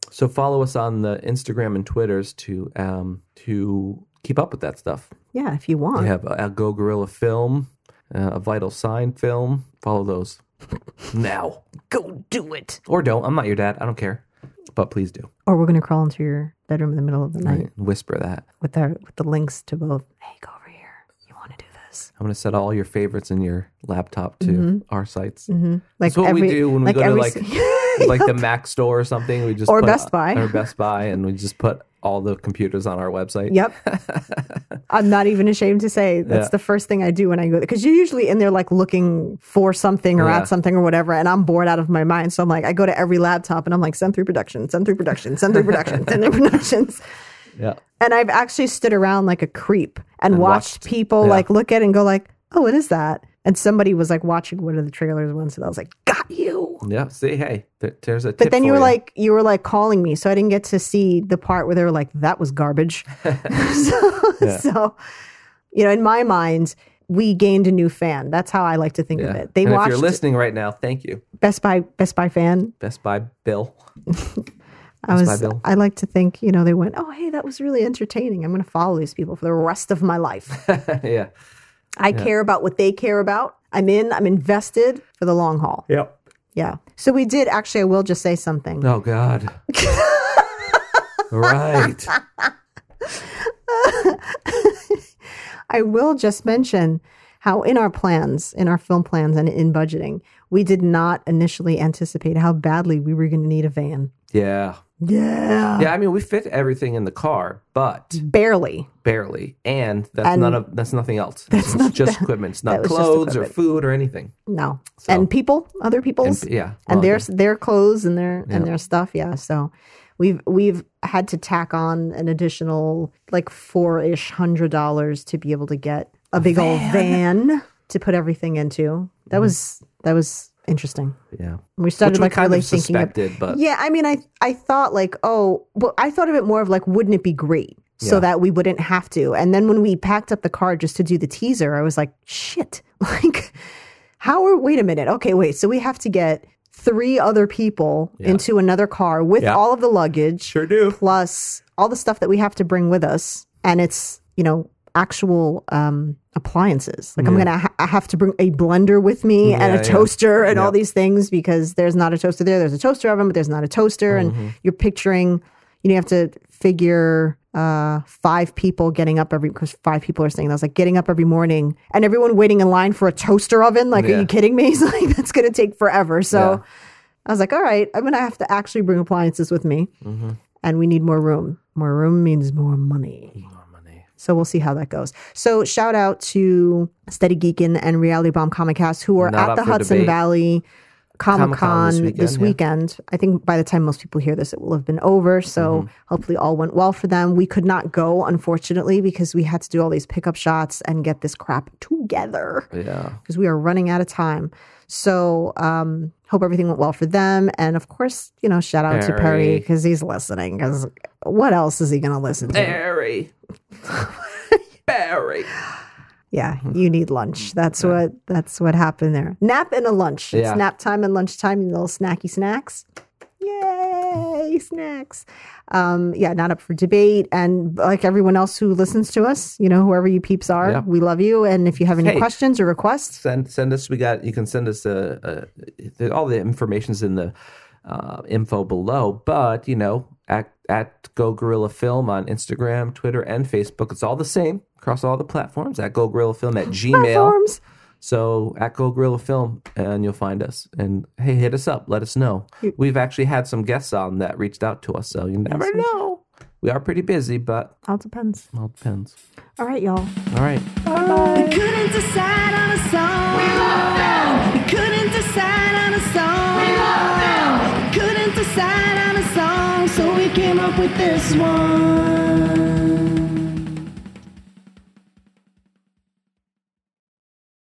Speaker 4: So follow us on the Instagram and Twitters to um to keep up with that stuff.
Speaker 3: Yeah. If you want.
Speaker 4: We have a Go Gorilla Film, uh, a Vital Sign Film. Follow those now
Speaker 3: Go do it.
Speaker 4: or don't. I'm not your dad. I don't care, but please do
Speaker 3: Or we're gonna crawl into your bedroom in the middle of the night
Speaker 4: whisper that.
Speaker 3: with our with the links to both. Hey, go over here. You want to do this?
Speaker 4: I'm gonna set all your favorites in your laptop to our sites.
Speaker 3: Mm-hmm. Like
Speaker 4: That's what we do when we go to, like-
Speaker 3: si-
Speaker 4: Like the Mac store or something, we just
Speaker 3: Or
Speaker 4: put-
Speaker 3: Best Buy.
Speaker 4: or Best Buy, and we just put all the computers on our website.
Speaker 3: Yep. I'm not even ashamed to say that's
Speaker 4: Yeah.
Speaker 3: the first thing I do when I go because you're usually in there like looking for something or
Speaker 4: Yeah.
Speaker 3: at something or whatever, and I'm bored out of my mind. So I'm like, I go to every laptop and I'm like, send through production, send through production, send through production, send through productions.
Speaker 4: Yeah,
Speaker 3: And I've actually stood around like a creep and,
Speaker 4: And
Speaker 3: watched,
Speaker 4: watched-
Speaker 3: people
Speaker 4: yeah.
Speaker 3: like look at it and go like, oh, what is that? And somebody was like watching one of the trailers once, and I was like, "Got you!"
Speaker 4: Yeah. See, hey, there, there's a.
Speaker 3: But
Speaker 4: tip
Speaker 3: then
Speaker 4: for
Speaker 3: you were like, you were like calling me, so I didn't get to see the part where they were like, "That was garbage." so,
Speaker 4: Yeah.
Speaker 3: so, you know, in my mind, we gained a new fan. That's how I like to think of
Speaker 4: Yeah.
Speaker 3: it. They
Speaker 4: and if
Speaker 3: watched
Speaker 4: you're listening right now, thank you,
Speaker 3: Best Buy, Best Buy fan.
Speaker 4: Best Buy Bill.
Speaker 3: I
Speaker 4: Best Buy
Speaker 3: was.
Speaker 4: Bill.
Speaker 3: I like to think, you know, they went, "Oh, hey, that was really entertaining. I'm going to follow these people for the rest of my life.
Speaker 4: yeah.
Speaker 3: I care about what they care about. I'm in. I'm invested for the long haul."
Speaker 4: Yep.
Speaker 3: Yeah. So we did actually. I will just say something.
Speaker 4: Oh God. right.
Speaker 3: I will just mention how in our plans, in our film plans and in budgeting, we did not initially anticipate how badly we were going to need a van.
Speaker 4: Yeah.
Speaker 3: Yeah.
Speaker 4: Yeah. I mean, we fit everything in the car, but
Speaker 3: Barely.
Speaker 4: barely, and that's
Speaker 3: And-
Speaker 4: none of that's nothing else. That's
Speaker 3: not
Speaker 4: just equipment. It's
Speaker 3: that
Speaker 4: not
Speaker 3: was just
Speaker 4: clothes or
Speaker 3: equipment.
Speaker 4: food or anything.
Speaker 3: No.
Speaker 4: So-
Speaker 3: And people, other people's
Speaker 4: And, yeah.
Speaker 3: and
Speaker 4: well,
Speaker 3: their their clothes and their
Speaker 4: Yeah.
Speaker 3: and their stuff, yeah. So we've we've had to tack on an additional like four-ish hundred dollars to be able to get a big old van to put everything into. That was that was interesting.
Speaker 4: yeah.
Speaker 3: We
Speaker 4: Mm-hmm. Which
Speaker 3: started
Speaker 4: we
Speaker 3: like
Speaker 4: kind
Speaker 3: really
Speaker 4: of
Speaker 3: thinking ab-
Speaker 4: suspected, but
Speaker 3: Yeah, I mean, I I thought like, oh, well, I thought of it more of like, wouldn't it be great so
Speaker 4: Yeah.
Speaker 3: that we wouldn't have to? And then when we packed up the car just to do the teaser, I was like, shit, like, how are? Wait a minute, okay, wait, so we have to get three other people
Speaker 4: Yeah.
Speaker 3: into another car with
Speaker 4: Yeah.
Speaker 3: all of the luggage,
Speaker 4: Sure do.
Speaker 3: plus all the stuff that we have to bring with us, and it's you know actual um appliances like i'm gonna ha- I have to bring a blender with me and
Speaker 4: Mm. Yeah, yeah.
Speaker 3: a toaster and all
Speaker 4: Yeah.
Speaker 3: these things because there's not a toaster there there's a toaster oven but there's not a toaster
Speaker 4: Mm-hmm.
Speaker 3: and you're picturing you know you have to figure uh five people getting up every because five people are saying that was like getting up every morning and everyone waiting in line for a toaster oven like are
Speaker 4: Yeah.
Speaker 3: you kidding me it's like that's gonna take forever so
Speaker 4: Yeah.
Speaker 3: i was like all right i'm gonna have to actually bring appliances with me and we need more room more room means more money
Speaker 4: More money.
Speaker 3: so we'll see how that goes. So shout out to Steady Geekin and Reality Bomb Comic Cast who are
Speaker 4: Not
Speaker 3: at
Speaker 4: up
Speaker 3: the
Speaker 4: for
Speaker 3: Hudson
Speaker 4: debate.
Speaker 3: Valley Comic
Speaker 4: Comic-Con
Speaker 3: Con
Speaker 4: this
Speaker 3: this,
Speaker 4: weekend,
Speaker 3: weekend,
Speaker 4: yeah.
Speaker 3: I think by the time most people hear this, it will have been over. So
Speaker 4: Mm-hmm.
Speaker 3: hopefully all went well for them. We could not go, unfortunately, because we had to do all these pickup shots and get this crap together
Speaker 4: Yeah.
Speaker 3: because we are running out of time. So um, hope everything went well for them. And of course, you know, shout out to Perry
Speaker 4: Perry.
Speaker 3: because he's listening. Because what else is he going to listen to?
Speaker 4: Barry. Barry.
Speaker 3: Yeah, you need lunch. That's what that's what happened there. Nap and a lunch. It's
Speaker 4: Yeah.
Speaker 3: nap time and lunchtime. You little snacky snacks. Yay, snacks. Um, yeah, not up for debate. And like everyone else who listens to us, you know, whoever you peeps are,
Speaker 4: Yeah.
Speaker 3: we love you. And if you have any
Speaker 4: Hey.
Speaker 3: questions or requests,
Speaker 4: Send send us. We got. You can send us a. a the- all the information's in the uh, info below. But you know, at at Go Gorilla Film on Instagram, Twitter, and Facebook. It's all the same across all the platforms. At Go Gorilla Film at Gmail.
Speaker 3: platforms,
Speaker 4: So at Go Gorilla Film, and you'll find us. And hey, hit us up. Let us know. We've actually had some guests on that reached out to us. So you never know. We are pretty busy, but
Speaker 3: all depends.
Speaker 4: all depends.
Speaker 3: All right, y'all.
Speaker 4: All right.
Speaker 1: We couldn't decide on a song. We love them. We couldn't decide on a song. We love them. We couldn't decide on a song, so we came up with this one.